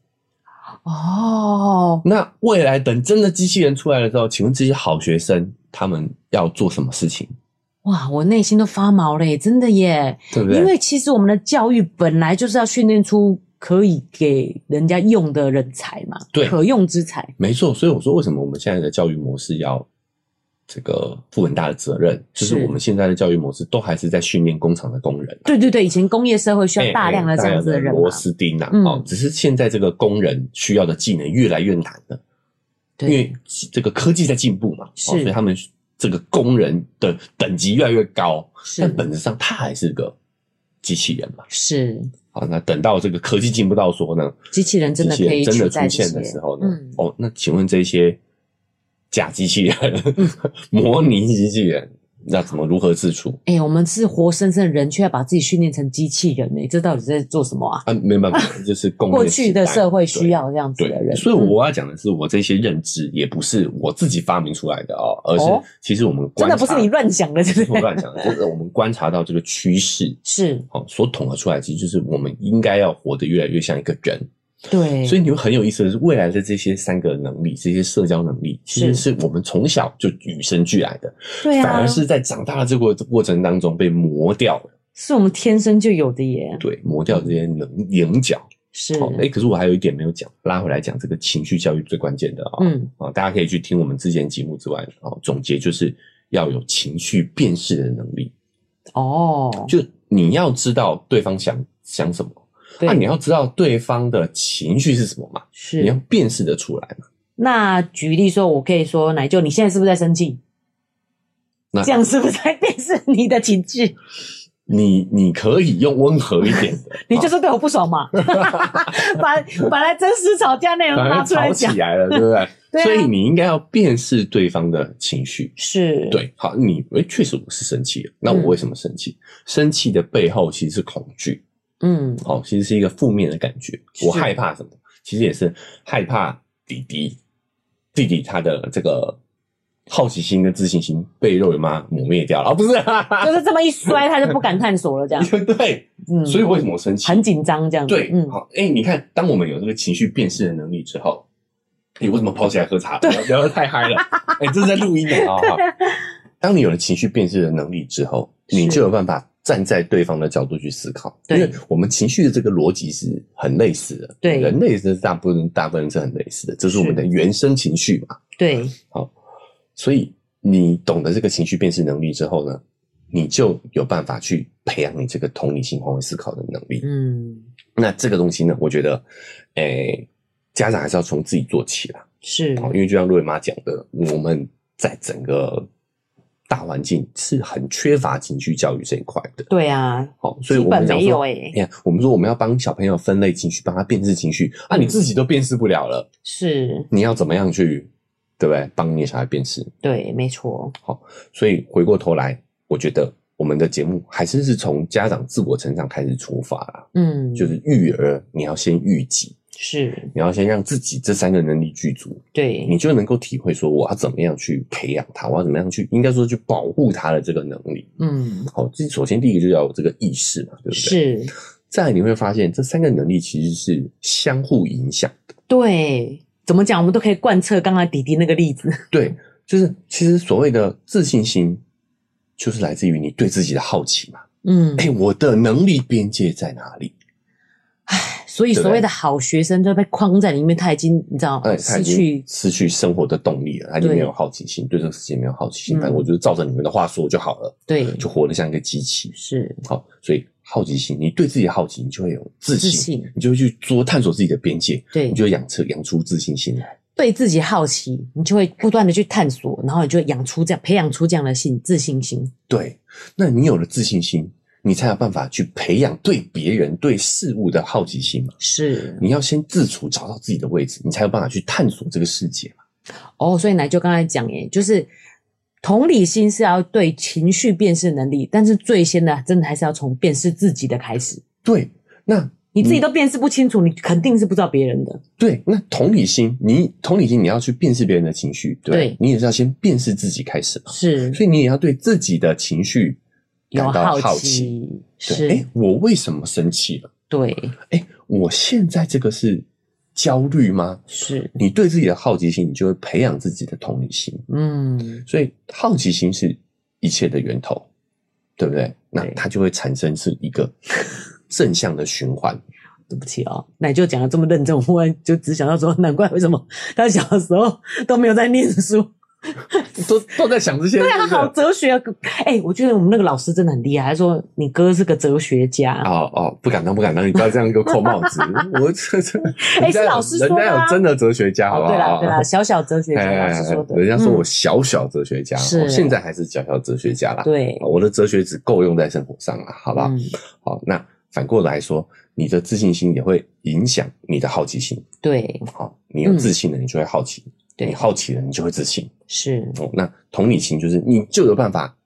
Speaker 1: 哦，
Speaker 2: 那未来等真的机器人出来了之后，请问这些好学生他们要做什么事情？
Speaker 1: 哇，我内心都发毛嘞，真的耶，
Speaker 2: 对不对？
Speaker 1: 因为其实我们的教育本来就是要训练出可以给人家用的人才嘛，
Speaker 2: 对
Speaker 1: 可用之才，
Speaker 2: 没错，所以我说为什么我们现在的教育模式要这个负很大的责任，就是
Speaker 1: 是
Speaker 2: 我们现在的教育模式都还是在训练工厂的工人。
Speaker 1: 对对对，以前工业社会需要大量的这样子的人
Speaker 2: 哎哎大量
Speaker 1: 嘛
Speaker 2: 螺，丝钉啊，
Speaker 1: 嗯
Speaker 2: 哦，只是现在这个工人需要的技能越来越难了，因
Speaker 1: 对
Speaker 2: 为这个科技在进步嘛，哦
Speaker 1: 是
Speaker 2: 所以他们这个工人的等级越来越高，
Speaker 1: 是
Speaker 2: 但本质上他还是个机器人嘛。
Speaker 1: 是
Speaker 2: 好，那等到这个科技进步到说呢，
Speaker 1: 机器人真的
Speaker 2: 机
Speaker 1: 可
Speaker 2: 器人
Speaker 1: 以
Speaker 2: 真
Speaker 1: 取
Speaker 2: 的
Speaker 1: 代
Speaker 2: 出
Speaker 1: 这
Speaker 2: 现的
Speaker 1: 些
Speaker 2: 时候呢，
Speaker 1: 嗯
Speaker 2: 哦，那请问这些假机器人、
Speaker 1: 嗯
Speaker 2: 模拟机器人，那怎么如何自处？
Speaker 1: 哎、我们是活生生的人，却要把自己训练成机器人呢、这到底在做什么啊？
Speaker 2: 啊，没 办法，就是工业
Speaker 1: 过去的
Speaker 2: 时代
Speaker 1: 社会
Speaker 2: 对
Speaker 1: 需要这样子
Speaker 2: 对
Speaker 1: 的人，嗯
Speaker 2: 所以我要讲的是，我这些认知也不是我自己发明出来的哦，而
Speaker 1: 哦
Speaker 2: 是其实我们
Speaker 1: 真
Speaker 2: 观
Speaker 1: 的
Speaker 2: 察
Speaker 1: 不是你乱想的，对
Speaker 2: 不
Speaker 1: 不
Speaker 2: 是我乱
Speaker 1: 对？
Speaker 2: 讲的，就是我们观察到这个趋势。
Speaker 1: 是，
Speaker 2: 哦，所统合出来，其实就是我们应该要活得越来越像一个人。
Speaker 1: 对，
Speaker 2: 所
Speaker 1: 以
Speaker 2: 以你会很有意思的是，未来的这些三个能力，这些社交能力，其实
Speaker 1: 是
Speaker 2: 是我们从小就与生俱来的，
Speaker 1: 对
Speaker 2: 反
Speaker 1: 啊，
Speaker 2: 而是在长大的这个过程当中被磨掉了。
Speaker 1: 是我们天生就有的耶，
Speaker 2: 对，磨掉这些棱棱角。
Speaker 1: 嗯是，
Speaker 2: 哦，哎，可是我还有一点没有讲，拉回来讲这个情绪教育最关键的啊、哦。
Speaker 1: 嗯，
Speaker 2: 啊，大家可以去听我们之前节目之外，哦，总结就是要有情绪辨识的能力，
Speaker 1: 哦，
Speaker 2: 就你要知道对方想想什么，
Speaker 1: 对，
Speaker 2: 那、你要知道对方的情绪是什么嘛，你要
Speaker 1: 是。
Speaker 2: 辨识得出来嘛。
Speaker 1: 那举例说，我可以说，奶舅，你现在是不是在生气？
Speaker 2: 那
Speaker 1: 这样是不是在辨识你的情绪？
Speaker 2: 你你可以用温和一点的
Speaker 1: ，你就
Speaker 2: 啊
Speaker 1: 是对我不爽 嘛，把把来真实吵架内容
Speaker 2: 啊反
Speaker 1: 拿
Speaker 2: 而
Speaker 1: 出来
Speaker 2: 吵
Speaker 1: 讲
Speaker 2: 起，来了，对不对？
Speaker 1: 对啊
Speaker 2: 所以你应该要辨识对方的情绪。
Speaker 1: 是，，
Speaker 2: 对，好，你诶，确实我是生气了。那
Speaker 1: 嗯
Speaker 2: 我为什么生气？生气的背后其实是恐惧，
Speaker 1: 嗯，
Speaker 2: 哦，其实是一个负面的感觉。
Speaker 1: 是
Speaker 2: 我害怕什么？其实也是害怕弟弟，弟弟他的这个好奇心跟自信心被肉圆妈磨灭掉了。啊、不是、 啊，
Speaker 1: 就是这么一摔，他就不敢探索了，这样，
Speaker 2: 对，
Speaker 1: 嗯，
Speaker 2: 所以为什么我生气？
Speaker 1: 很紧张这样子，
Speaker 2: 对，
Speaker 1: 嗯，
Speaker 2: 好，哎、你看，当我们有这个情绪辨识的能力之后，你为什么跑起来喝茶？聊聊得太嗨了，哎、这是在录音的啊。 哈当你有了情绪辨识的能力之后，
Speaker 1: 是
Speaker 2: 你就有办法站在对方的角度去思考，
Speaker 1: 对
Speaker 2: 因为我们情绪的这个逻辑是很类似的，
Speaker 1: 对
Speaker 2: 人类是大部分大部分是很类似的，这是我们
Speaker 1: 是
Speaker 2: 的原生情绪嘛，
Speaker 1: 对，
Speaker 2: 所以你懂得这个情绪辨识能力之后呢，你就有办法去培养你这个同理心、换位思考的能力，
Speaker 1: 嗯，
Speaker 2: 那这个东西呢，我觉得，诶、家长还是要从自己做起啦。
Speaker 1: 是，
Speaker 2: 哦，因为就像瑞妈讲的，我们在整个大环境是很缺乏情绪教育这一块的。
Speaker 1: 对啊，
Speaker 2: 好、所以我
Speaker 1: 基
Speaker 2: 们
Speaker 1: 本
Speaker 2: 讲
Speaker 1: 没
Speaker 2: 说
Speaker 1: 有，哎、
Speaker 2: 哎呀，我们说我们要帮小朋友分类情绪，帮他辨识情绪啊，
Speaker 1: 嗯
Speaker 2: 你自己都辨识不了了，
Speaker 1: 是
Speaker 2: 你要怎么样去，对不对？帮你的小孩辨识？
Speaker 1: 对，没错，
Speaker 2: 所以回过头来，我觉得我们的节目还是是从家长自我成长开始出发啦，
Speaker 1: 嗯，
Speaker 2: 就是育儿，你要先育己。
Speaker 1: 是
Speaker 2: 你要先让自己这三个能力具足，你
Speaker 1: 对，
Speaker 2: 就能够体会说我要怎么样去培养他，我要怎么样去，应该说去保护他的这个能力。
Speaker 1: 嗯，
Speaker 2: 好，这首先第一个就要有这个意识嘛，对不对？。
Speaker 1: 是，
Speaker 2: 再来你会发现，这三个能力其实是相互影响的。
Speaker 1: 对，怎么讲，我们都可以贯彻刚刚弟弟那个例子，
Speaker 2: 对，就是其实所谓的自信心，就是来自于你对自己的好奇嘛。
Speaker 1: 嗯，
Speaker 2: 哎、我的能力边界在哪里？
Speaker 1: 所以
Speaker 2: 对不对
Speaker 1: 所谓的好学生都被框在里面，他已经你知道
Speaker 2: 哎，他
Speaker 1: 失
Speaker 2: 已经
Speaker 1: 去
Speaker 2: 失去生活的动力了，他已经
Speaker 1: 对
Speaker 2: 没有好奇心，对这个世界没有好奇心。
Speaker 1: 嗯
Speaker 2: 反正我就是照着你们的话说就好了，
Speaker 1: 对
Speaker 2: 就活得像一个机器。
Speaker 1: 是
Speaker 2: 好，所以好奇心，你对自己的好奇，你就会有自
Speaker 1: 自
Speaker 2: 信，
Speaker 1: 信，
Speaker 2: 你就会去做探索自己的边界，
Speaker 1: 对
Speaker 2: 你就会养成养出自信心来。
Speaker 1: 对自己好奇，你就会不断的去探索，然后你就养出这样培养出这样的信自信心。
Speaker 2: 对，那你有了自信心，你才有办法去培养对别人、对事物的好奇心嘛。
Speaker 1: 是
Speaker 2: 你要先自处，找到自己的位置，你才有办法去探索这个世界嘛。
Speaker 1: 哦，所以奶就刚才讲耶，就是同理心是要对情绪辨识能力，但是最先呢，真的还是要从辨识自己的开始。
Speaker 2: 对，那
Speaker 1: 你自己都辨识不清楚，你肯定是不知道别人的。
Speaker 2: 对，那同理心，你同理心，你要去辨识别人的情绪，对不
Speaker 1: 对
Speaker 2: 你也是要先辨识自己开始嘛。
Speaker 1: 是
Speaker 2: 所以你也要对自己的情绪
Speaker 1: 有
Speaker 2: 感到好奇。
Speaker 1: 奇，
Speaker 2: 对，哎
Speaker 1: 是，，
Speaker 2: 我为什么生气了？
Speaker 1: 对，
Speaker 2: 哎，我现在这个是焦虑吗？
Speaker 1: 是，
Speaker 2: 你对自己的好奇心，你就会培养自己的同理心。
Speaker 1: 嗯，
Speaker 2: 所以好奇心是一切的源头，对不对？那
Speaker 1: 对
Speaker 2: 它就会产生是一个 正向的循环。
Speaker 1: 对不起哦，奶就讲的这么认真，我忽然就只想到说，难怪为什么他小时候都没有在念书。
Speaker 2: 都都在想这些，
Speaker 1: 对啊，
Speaker 2: 是不是
Speaker 1: 好哲学啊！哎、我觉得我们那个老师真的很厉害，他说你哥是个哲学家。
Speaker 2: 哦哦，不敢当，不敢当，你不要这样给我扣帽 子。我这这，
Speaker 1: 哎
Speaker 2: 人家
Speaker 1: 是
Speaker 2: 有
Speaker 1: 老师说
Speaker 2: 人
Speaker 1: 的
Speaker 2: 家
Speaker 1: 啊
Speaker 2: 有真的哲学家，好不
Speaker 1: 哦
Speaker 2: 好？
Speaker 1: 对啦对 啦，小小哲学
Speaker 2: 哎，
Speaker 1: 家
Speaker 2: 哎
Speaker 1: 老
Speaker 2: 哎
Speaker 1: 师说的，
Speaker 2: 人家说我
Speaker 1: 嗯
Speaker 2: 小小哲学家，
Speaker 1: 是
Speaker 2: 我现在还是小小哲学家啦。哦
Speaker 1: 对，
Speaker 2: 我的哲学只够用在生活上了，好不好
Speaker 1: 嗯？，
Speaker 2: 好，那反过来说，你的自信心也会影响你的好奇心。
Speaker 1: 对
Speaker 2: 好，你有
Speaker 1: 嗯
Speaker 2: 自信了，你就会好奇；你
Speaker 1: 对，
Speaker 2: 好奇了，你就会自信。
Speaker 1: 是
Speaker 2: 哦，那同理心就是你就有办法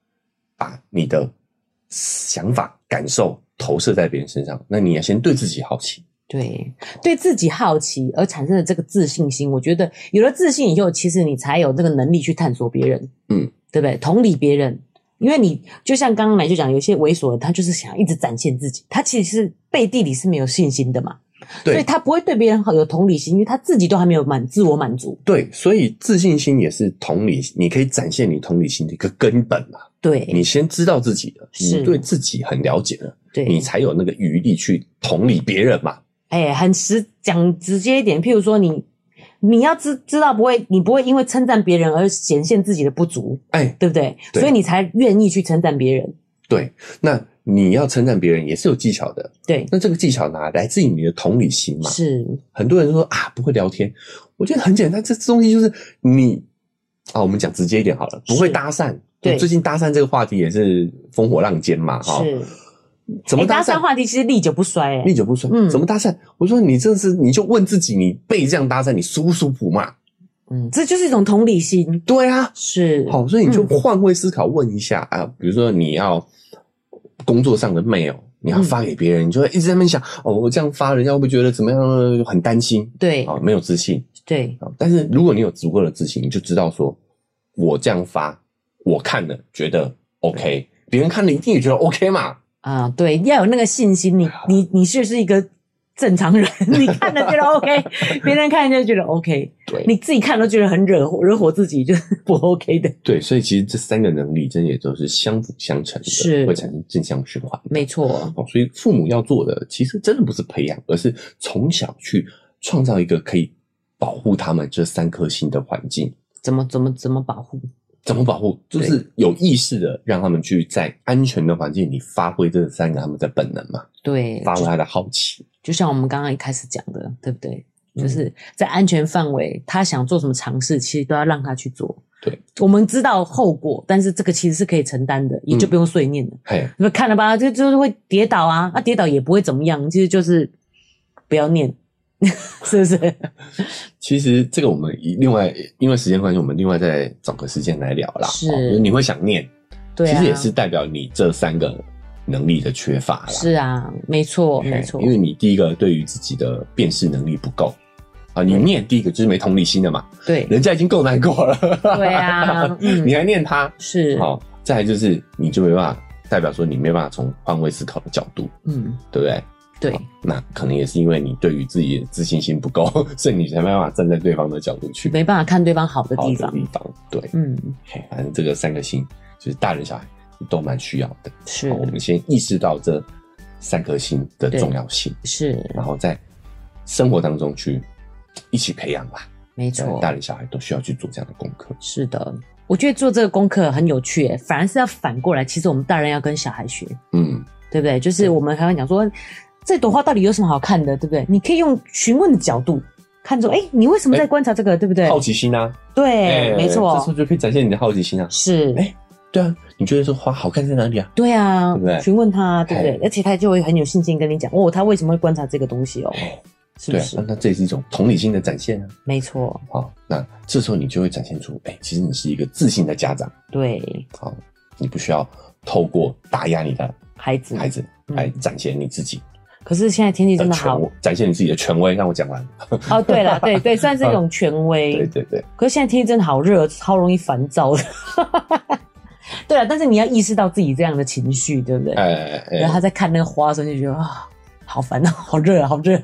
Speaker 2: 把你的想法、感受投射在别人身上。那你要先对自己好奇，
Speaker 1: 对，对自己好奇而产生的这个自信心，我觉得有了自信以后，其实你才有这个能力去探索别人，
Speaker 2: 嗯，
Speaker 1: 对不对？同理别人，因为你就像刚刚来就讲，有些猥琐的他就是想一直展现自己，他其实是背地里是没有信心的嘛，所以
Speaker 2: 对
Speaker 1: 他不会对别人好有同理心，因为他自己都还没有满自我满足。
Speaker 2: 对，所以自信心也是同理，你可以展现你同理心的一个根本嘛。
Speaker 1: 对，
Speaker 2: 你先知道自己了，
Speaker 1: 是
Speaker 2: 你对自己很了解了，
Speaker 1: 对
Speaker 2: 你才有那个余力去同理别人嘛。
Speaker 1: 哎、很实讲直接一点，譬如说你，你要知知道不会，你不会因为称赞别人而显现自己的不足，
Speaker 2: 哎，
Speaker 1: 对不对？
Speaker 2: 对
Speaker 1: 所以你才愿意去称赞别人。
Speaker 2: 对，那你要称赞别人也是有技巧的。
Speaker 1: 对，
Speaker 2: 那这个技巧呢，来自于你的同理心嘛。
Speaker 1: 是，
Speaker 2: 很多人说啊不会聊天，我觉得很简单，这这东西就是你啊，我们讲直接一点好了，
Speaker 1: 是
Speaker 2: 不会搭讪。
Speaker 1: 对
Speaker 2: 我最近搭讪这个话题也是烽火浪尖嘛，哈，
Speaker 1: 是。
Speaker 2: 怎么
Speaker 1: 哎搭
Speaker 2: 讪？
Speaker 1: 讪话题其实历久不衰、哎
Speaker 2: 历，久不衰，
Speaker 1: 嗯
Speaker 2: 怎么搭讪？我说你这是你就问自己，你被这样搭讪，你舒不舒服嘛？
Speaker 1: 嗯，这就是一种同理心。
Speaker 2: 对啊，
Speaker 1: 是，
Speaker 2: 好，所以你就
Speaker 1: 嗯
Speaker 2: 换位思考，问一下、啊，比如说你要工作上的 mail，你
Speaker 1: 嗯
Speaker 2: 要发给别人，你就会一直在那边想，哦，我这样发，人家会不会觉得怎么样呢？就很担心
Speaker 1: 对
Speaker 2: 啊、没有自信。
Speaker 1: 对，
Speaker 2: 啊但是如果你有足够的自信，你就知道说，我这样发，我看了觉得 OK，别人看了一定也觉得 OK 嘛。
Speaker 1: 啊、对，要有那个信心，你你你是不是一个正常 人？你看了觉得 OK，别人看就觉得 OK，
Speaker 2: 对
Speaker 1: 你自己看都觉得很惹火惹火自己，就是不 OK 的。
Speaker 2: 对，所以其实这三个能力真的也都是相辅相成的，
Speaker 1: 是
Speaker 2: 会产生正向循环。
Speaker 1: 没错，
Speaker 2: 哦，所以父母要做的其实真的不是培养，而是从小去创造一个可以保护他们这三颗心的环境。
Speaker 1: 怎么怎么怎么保护？
Speaker 2: 怎么保护？就是有意识的让他们去在安全的环境里发挥这三个他们的本能嘛，
Speaker 1: 对，
Speaker 2: 发挥他的好奇。
Speaker 1: 就像我们刚刚一开始讲的，对不对？
Speaker 2: 嗯
Speaker 1: 就是在安全范围，他想做什么尝试，其实都要让他去做。
Speaker 2: 对，
Speaker 1: 我们知道后果，但是这个其实是可以承担的，也就
Speaker 2: 嗯
Speaker 1: 不用碎念了。
Speaker 2: 嘿，
Speaker 1: 你们看了吧，就就是会跌倒啊，那、跌倒也不会怎么样，其实就是不要念， 是 不是？
Speaker 2: 其实这个我们一另外因为时间关系，我们另外再找个时间来聊啦。
Speaker 1: 是
Speaker 2: 哦就是你会想念，
Speaker 1: 对啊，
Speaker 2: 其实也是代表你这三个能力的缺乏啦。
Speaker 1: 是啊，没错，
Speaker 2: 哎
Speaker 1: 没错
Speaker 2: 因，为你第一个对于自己的辨识能力不够啊，你念第一个就是没同理心的嘛，
Speaker 1: 对
Speaker 2: 人家已经够难过了，
Speaker 1: 对 啊嗯
Speaker 2: 你还念他，
Speaker 1: 是，
Speaker 2: 好、再来就是你就没办法，代表说你没办法从换位思考的角度，
Speaker 1: 嗯，
Speaker 2: 对不对？
Speaker 1: 对，
Speaker 2: 那可能也是因为你对于自己的自信心不够， 所以你才没办法站在对方的角度去
Speaker 1: 没办法看对方好的
Speaker 2: 好
Speaker 1: 地
Speaker 2: 的
Speaker 1: 方，
Speaker 2: 地方，对。
Speaker 1: 嗯，
Speaker 2: 嘿，反正这个三个心就是大人小孩都蛮需要的。
Speaker 1: 是
Speaker 2: 好我们先意识到这三颗心的重要性，
Speaker 1: 是，
Speaker 2: 然后再生活当中去一起培养吧。
Speaker 1: 没
Speaker 2: 对
Speaker 1: 错，
Speaker 2: 大人小孩都需要去做这样的功课。
Speaker 1: 是的。我觉得做这个功课很有趣耶，反而是要反过来，其实我们大人要跟小孩学，
Speaker 2: 嗯，
Speaker 1: 对不对？就是我们还会讲说，这朵花到底有什么好看的，对不对？你可以用询问的角度看说，哎，你为什么在
Speaker 2: 哎
Speaker 1: 观察这个，对不对？
Speaker 2: 好奇心啊，
Speaker 1: 对，
Speaker 2: 哎
Speaker 1: 没
Speaker 2: 这时候
Speaker 1: 错，
Speaker 2: 就可以展现你的好奇心啊。
Speaker 1: 是，
Speaker 2: 哎对啊，你觉得这花好看在哪里啊？
Speaker 1: 对啊，
Speaker 2: 对不对
Speaker 1: 询问他，对不对？
Speaker 2: 哎
Speaker 1: 而且他就会很有信心跟你讲，哦，他为什么会观察这个东西哦？
Speaker 2: 哎
Speaker 1: 是不
Speaker 2: 对啊
Speaker 1: 是？，
Speaker 2: 那这也是一种同理心的展现啊。
Speaker 1: 没错，
Speaker 2: 好，那这时候你就会展现出，哎、其实你是一个自信的家长，
Speaker 1: 对，
Speaker 2: 好，你不需要透过打压你的
Speaker 1: 孩子，
Speaker 2: 孩子
Speaker 1: 嗯
Speaker 2: 来展现你自己
Speaker 1: 可是现在天气真
Speaker 2: 的
Speaker 1: 的
Speaker 2: 权
Speaker 1: 好
Speaker 2: 威，展现你自己的权威。让我讲完，
Speaker 1: 哦。对了，对对，算是一种权
Speaker 2: 对
Speaker 1: 威。
Speaker 2: 对对，
Speaker 1: 可是现在天气真的好热，超容易烦躁的。 对啊了，但是你要意识到自己这样的情绪，对不对？
Speaker 2: 呃，
Speaker 1: 然后他
Speaker 2: 呃
Speaker 1: 在看那个花的时候，就觉得啊，好烦 啊，好热啊，好热。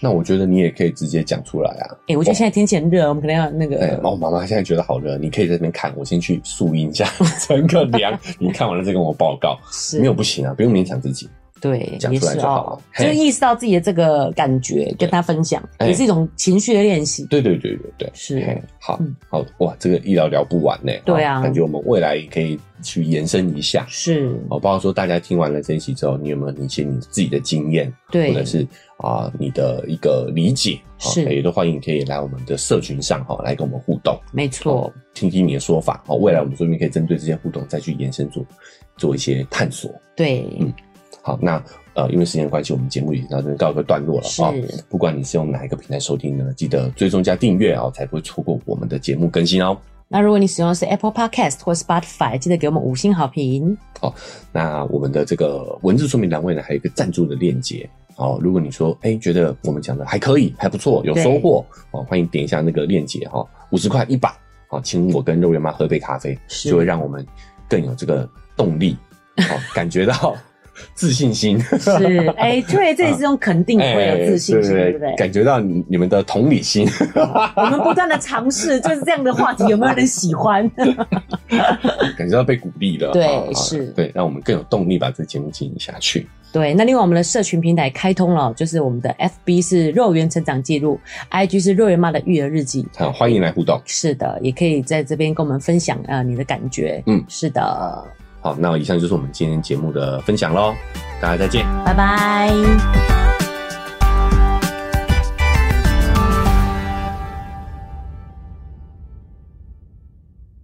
Speaker 2: 那我觉得你也可以直接讲出来啊。
Speaker 1: 哎，我觉得现在天气很热，我们可能要那
Speaker 2: 哎、
Speaker 1: 个
Speaker 2: 哦，妈妈现在觉得好热，你可以在那边看，我先去树荫一下， 乘个凉。你看完了再跟我报告，
Speaker 1: 是
Speaker 2: 没有不行啊，不用勉强自己。
Speaker 1: 对，
Speaker 2: 讲
Speaker 1: 也
Speaker 2: 出来
Speaker 1: 是
Speaker 2: 就好
Speaker 1: 哦
Speaker 2: 了，
Speaker 1: 就
Speaker 2: 嘿
Speaker 1: 意识到自己的这个感觉，跟他分享，
Speaker 2: 哎
Speaker 1: 也是一种情绪的练习。
Speaker 2: 对对对对对，
Speaker 1: 是
Speaker 2: 嘿好
Speaker 1: 嗯
Speaker 2: 好哇，这个医疗聊不完呢。
Speaker 1: 对啊
Speaker 2: 好感觉我们未来也可以去延伸一下。
Speaker 1: 是，
Speaker 2: 哦，包括说大家听完了这一期之后，你有没有一些你自己的经验，
Speaker 1: 对
Speaker 2: 或者是啊、你的一个理解，哦
Speaker 1: 是
Speaker 2: 也都欢迎可以来我们的社群上哈、哦来跟我们互动，哦
Speaker 1: 没错，
Speaker 2: 听听你的说法哦。未来我们说不定可以针对这些互动再去延伸做做一些探索。
Speaker 1: 对，
Speaker 2: 嗯好，那呃，因为时间关系，我们节目已经到这边告一个段落了
Speaker 1: 是
Speaker 2: 啊、哦。不管你是用哪一个平台收听呢，记得追踪加订阅哦，才不会错过我们的节目更新哦。
Speaker 1: 那如果你使用的是 Apple Podcast 或 Spotify，记得给我们五星好 评。
Speaker 2: 那我们的这个文字说明栏位呢，还有一个赞助的链接。哦，如果你说哎、觉得我们讲的还可以，还不错，有收获哦，欢迎点一下那个链接哈，五十块一百，好，请我跟肉圆妈喝杯咖啡，
Speaker 1: 是
Speaker 2: 就会让我们更有这个动力，哦，感觉到 自信心，
Speaker 1: 是，哎，对，这也是一种肯定，
Speaker 2: 哎
Speaker 1: 会有自信心，对不对？
Speaker 2: 感觉到你你们的同理心，
Speaker 1: 我们不断的尝 试，就是这样的话题，有没有人喜欢？
Speaker 2: 感觉到被鼓励了，
Speaker 1: 对
Speaker 2: 哦
Speaker 1: 是
Speaker 2: 对，让我们更有动力把这节目进行下去。
Speaker 1: 对，那另外我们的社群平台开通了，就是我们的 FB 是肉圆成长记录，IG 是肉圆妈的育儿日记。
Speaker 2: 好，欢迎来互动。
Speaker 1: 是的，也可以在这边跟我们分享呃你的感觉。
Speaker 2: 嗯
Speaker 1: 是的，
Speaker 2: 好，那以上就是我们今天节目的分享喽，大家再见。
Speaker 1: 拜拜。